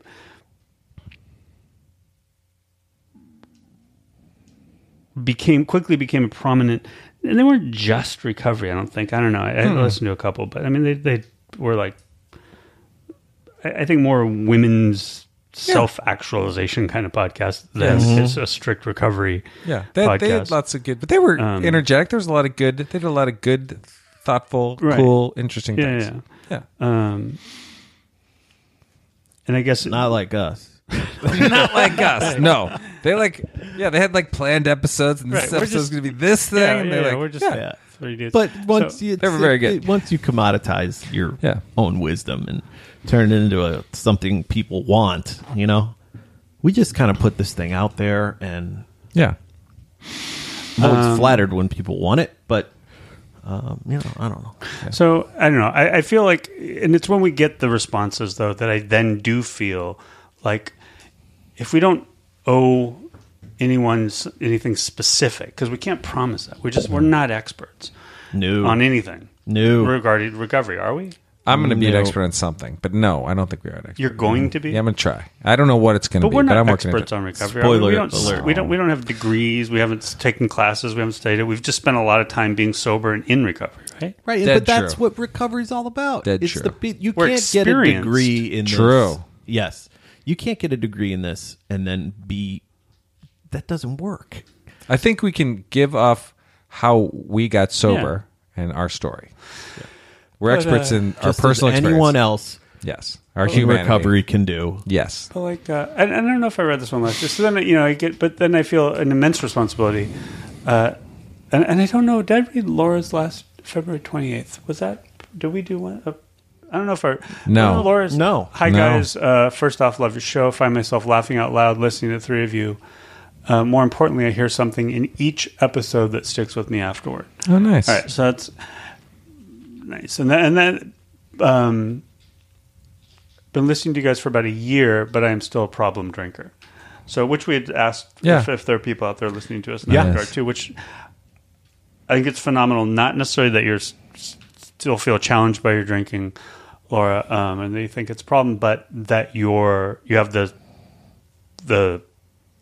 B: became quickly became a prominent and they weren't just recovery i don't think i don't know
A: Hmm.
B: i, I listened to a couple but i mean they, they were like i, I think more women's self-actualization kind of podcast than is a strict recovery
A: Yeah. They, they had
B: podcast.
A: lots of good, but they were
B: Um,
A: energetic. There was a lot of good. They did a lot of good, thoughtful,
B: Right.
A: cool, interesting
B: Yeah,
A: things.
B: yeah.
A: yeah.
B: Um, and I guess
C: Not like us.
B: Uh,
A: not (laughs) like us. No, they like yeah. They had like planned episodes, and this
B: Right, we're
A: episode's
B: just-
A: going to be this thing.
B: yeah,
A: and
B: yeah,
A: they're
B: yeah,
A: like,
B: we're just
A: yeah,
C: yeah.
B: three dudes.
C: But once
B: So-
C: you
A: They were very good.
C: it- once you commoditize your
A: Yeah.
C: own wisdom and turn it into a something people want, you know, we just kind of put this thing out there, and
A: yeah.
C: I'm always
B: Um,
C: flattered when people want it, but um, you know, I don't know.
B: So I don't know. I, I feel like, and it's when we get the responses though that I then do feel like if we don't owe anyone s- anything specific because we can't promise that we just we're not experts
C: No,
B: on e- anything
C: no.
B: regarding recovery, are we?
A: I'm going to be an
C: No.
A: expert on something, but no, I don't think we are an expert.
B: You're going to be.
A: yeah, I'm going to try. I don't know what it's going to
B: But
A: be,
B: we're
A: but
B: not
A: I'm working
B: experts
A: at it.
B: on recovery. are we? we
C: Spoiler
B: don't,
C: alert.
B: We don't. We don't have degrees. We haven't s- taken classes. We haven't studied. We've just spent a lot of time being sober and in recovery. Right.
C: Right,
A: Dead
C: but that's
A: true.
C: what recovery is all about.
A: Dead
C: it's
A: true.
C: the bit- you
B: We're
C: can't get a
B: experienced.
C: degree in this.
A: True.
C: Yes, you can't get a degree in this and then be. That doesn't work.
A: I think we can give off how we got sober and our story. We're experts in our
C: uh, Just as
A: personal experience.
C: anyone else
A: Yes, our
C: in
A: human
C: recovery can do.
A: Yes,
B: But like, uh, I, I don't know if I read this one last. Just then, you know, I get, but then I feel an immense responsibility, uh, and and I don't know. Did I read Laura's last February twenty eighth? Was that? Did we do one? Uh, I don't know if
A: No.
B: I. I don't know Laura's.
C: No.
B: Hi
A: No.
B: guys. Uh, first off, love your show. Find myself laughing out loud listening to the three of you. Uh, more importantly, I hear something in each episode that sticks with me afterward.
A: oh nice.
B: All right, so that's nice. And then, and then, um, been listening to you guys for about a year, but I am still a problem drinker. So, which we had asked
A: Yeah.
B: if, if there are people out there listening to us in that
A: Yeah.
B: regard too, which I think it's phenomenal. Not necessarily that you're s- s- still feel challenged by your drinking, Laura, um, and that you think it's a problem, but that you're you have the the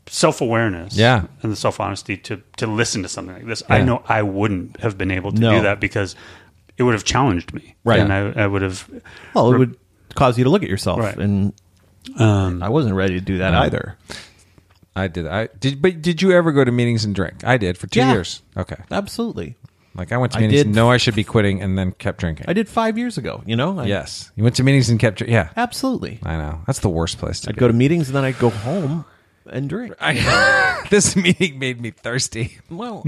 B: self awareness,
A: Yeah.
B: and the self honesty to to listen to something like this.
A: Yeah.
B: I know I wouldn't have been able to
C: No.
B: do that because it would have challenged me,
C: Right.
B: And I, I would have
C: Well, it would cause you to look at yourself,
B: Right.
C: and
A: Um,
C: I wasn't ready to do that
A: uh-huh.
C: either.
A: I did. I did. But did you ever go to meetings and drink? I did for two
C: Yeah.
A: years. Okay,
C: Absolutely,
A: like I went to
C: I
A: meetings.
C: did.
A: No, I should be quitting, and then kept drinking.
C: I did five years ago. You know, I,
A: Yes, you went to meetings and kept. dr- Yeah,
C: absolutely.
A: I know. That's the worst place to
C: I'd
A: be.
C: go to meetings and then I'd go home and drink.
A: (laughs) I, (laughs) this meeting made me thirsty. (laughs)
C: (laughs) Well,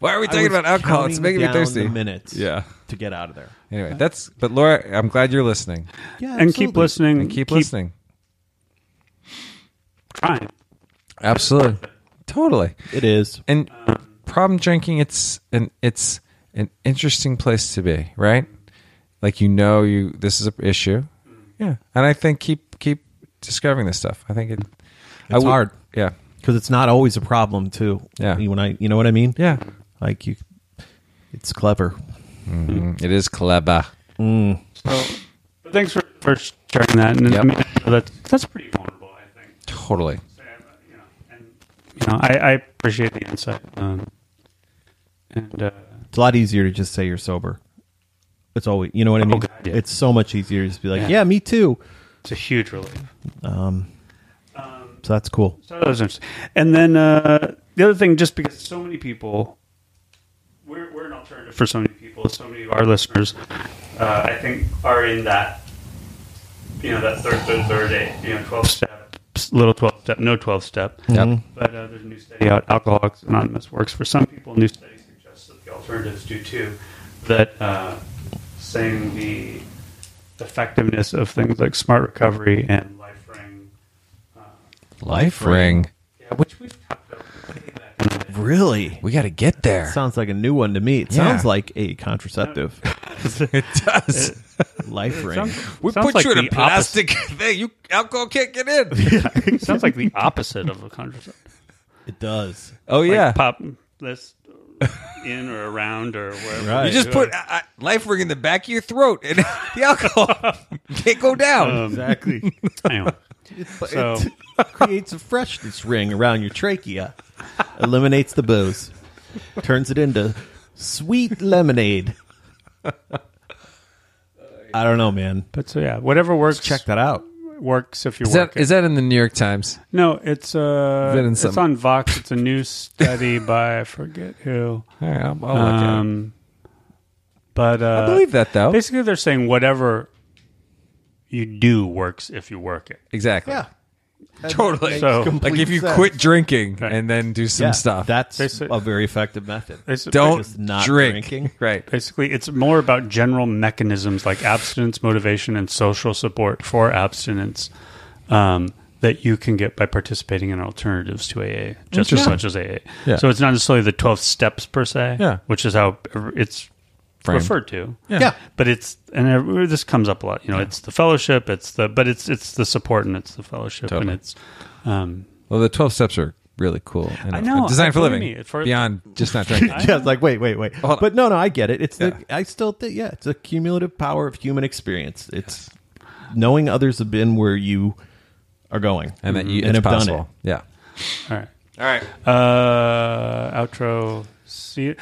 A: Why are we talking about alcohol? It's making me thirsty.
C: minutes,
A: Yeah.
C: to get out of there.
A: Anyway, that's. But Laura, I'm glad you're listening.
C: Yeah,
B: and keep listening.
A: And keep, listening.
B: Trying.
A: Absolutely. Totally.
C: It is.
A: And problem drinking, it's an it's an interesting place to be, right? Like you know, you this is an issue. Yeah, and I think keep keep discovering this stuff. I think it. I
C: It's hard.
A: Yeah,
C: because it's not always a problem too.
A: Yeah.
C: when I, you know what I mean.
A: yeah.
C: like you, it's clever.
A: Mm, It is clever.
B: So, but thanks for, for sharing that. And
A: Yep.
B: I mean, that's, that's pretty vulnerable, I think.
A: Totally.
B: you know, and, you know I, I appreciate the insight. Um, and uh,
C: It's a lot easier to just say you're sober. It's always, you know what I mean.
B: Oh, God, yeah.
C: It's so much easier to just be like,
B: Yeah.
C: yeah, me too.
B: it's a huge relief.
C: So that's cool.
B: So that was interesting. And then uh, the other thing, just because so many people, we're, we're an alternative for so many people. So many of our listeners, uh, I think, are in that, you know, that third, third, third, eight, you know, 12 step, little 12 step, no 12 step.
A: Yep.
B: But uh, there's a new study out, Alcoholics Anonymous works. For some people, new study suggests that the alternatives do too, that uh, saying the effectiveness of things like smart recovery and life ring,
A: Life ring.
B: yeah, which we've talked about way back in the (laughs) day.
C: Really,
A: We got to get there.
C: sounds like a new one to me. It
A: Yeah.
C: sounds like a (laughs) contraceptive,
A: It does.
C: life ring.
A: (laughs)
C: (laughs)
A: We
B: Sounds
A: put
B: like
A: you in a
B: the
A: plastic (laughs) thing. You alcohol can't get in. (laughs)
B: opposite- sounds like the opposite of a contraceptive.
C: It does.
A: Oh (laughs)
B: Like
A: yeah.
B: pop this in or around or wherever.
C: Right.
A: you just put uh, uh, life ring in the back of your throat, and (laughs) the alcohol can't go down.
B: Oh,
C: Exactly.
B: Um, (laughs) Anyway, so
C: (laughs) Creates a freshness ring around your trachea, eliminates the booze, turns it into sweet lemonade. I don't know, man.
B: but so yeah, whatever works.
C: Check that out.
B: works if you're
A: Is that
B: working.
A: is that in the New York Times?
B: no, it's uh,
A: Been in
B: it's
A: some-
B: on Vox. It's a
A: (laughs)
B: new study by I forget who.
A: All right, I'll, I'll look at it.
B: Um, but uh,
A: I believe that though.
B: Basically, they're saying whatever you do works if you work it.
A: Exactly.
C: Yeah.
A: Totally.
B: So,
A: like if you
C: sense.
A: quit drinking and then do some
C: Yeah,
A: stuff,
C: That's
B: Basi-
C: a very effective method. (laughs)
B: It's-
A: don't
C: just not
A: drink.
C: drinking.
A: (laughs) Right.
B: Basically, it's more about general mechanisms like abstinence motivation and social support for abstinence um, that you can get by participating in alternatives to AA, just as
A: Interesting.
B: much as AA.
A: Yeah.
B: So it's not necessarily the 12 steps per se,
A: Yeah.
B: which is how it's
A: Framed.
B: referred to.
C: Yeah.
B: But it's and I- this comes up a lot. You know, it's the fellowship, it's the but it's it's the support and it's the fellowship and
A: Totally.
B: it's um,
A: Well, the twelve steps are really cool. And uh,
B: I know,
A: Designed
B: I
A: for
B: believe
A: living.
B: me, for-
A: beyond just not drinking.
C: Yeah, it's like wait, wait, wait.
A: Hold on.
C: But no, no, I get it. It's the
A: Yeah.
C: I still think yeah, it's a cumulative power of human experience. It's knowing others have been where you are going
A: and that you,
C: (laughs) and
A: it's
C: have
A: possible.
C: done
A: Yeah.
B: all right.
A: All right.
B: Uh, outro. See. You.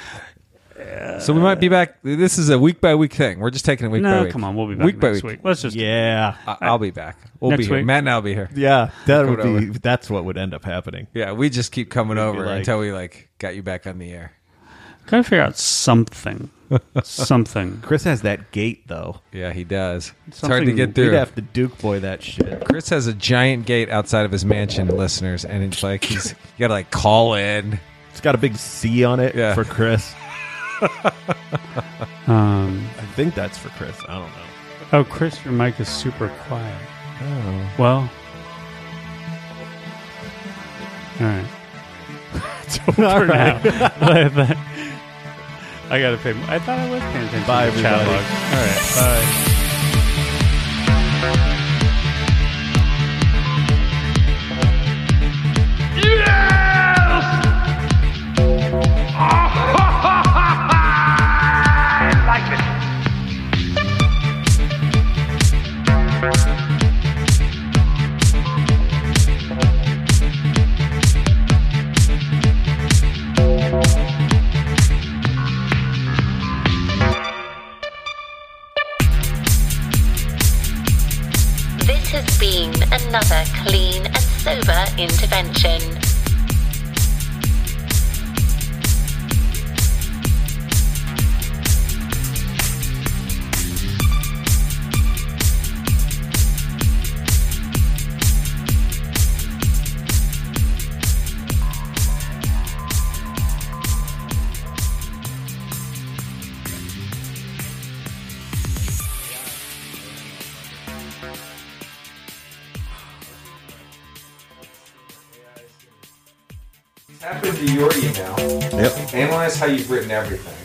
A: so we might be back. This is a week by week thing. We're just taking it week by
B: No,
A: week.
B: come on, we'll be back
A: week by
B: next
A: week.
B: week. Let's just
C: it. Yeah,
A: I- I'll be back. We'll
B: Next
A: be here.
B: week.
A: Matt and I'll be here.
C: yeah. That would
A: over.
C: be. That's what would end up happening.
A: Yeah, we just keep coming over
C: like-
A: until we like got you back on the air.
B: Gotta figure out
C: (laughs)
B: something. something.
C: Chris has that gate though.
A: Yeah, he does. It's hard to
B: Something-
A: get
C: You'd
A: through.
C: have to Duke boy that shit.
A: Chris has a giant gate outside of his mansion, listeners, and it's like he's you gotta like call in.
C: It's got a big C on it
A: Yeah.
C: for
A: (laughs)
C: Chris.
B: Um,
C: I think that's for Chris. I (laughs) don't know.
B: oh, Chris, your mic is super quiet. Oh. Well. All right. it's over now.
C: (laughs)
B: I gotta pay. I thought I was paying attention.
C: Bye,
B: to the chat
C: everybody.
B: log. All right. Bye.
D: This has been another clean and sober intervention.
A: Tap into your email.
C: Yep.
A: Analyze how you've written everything.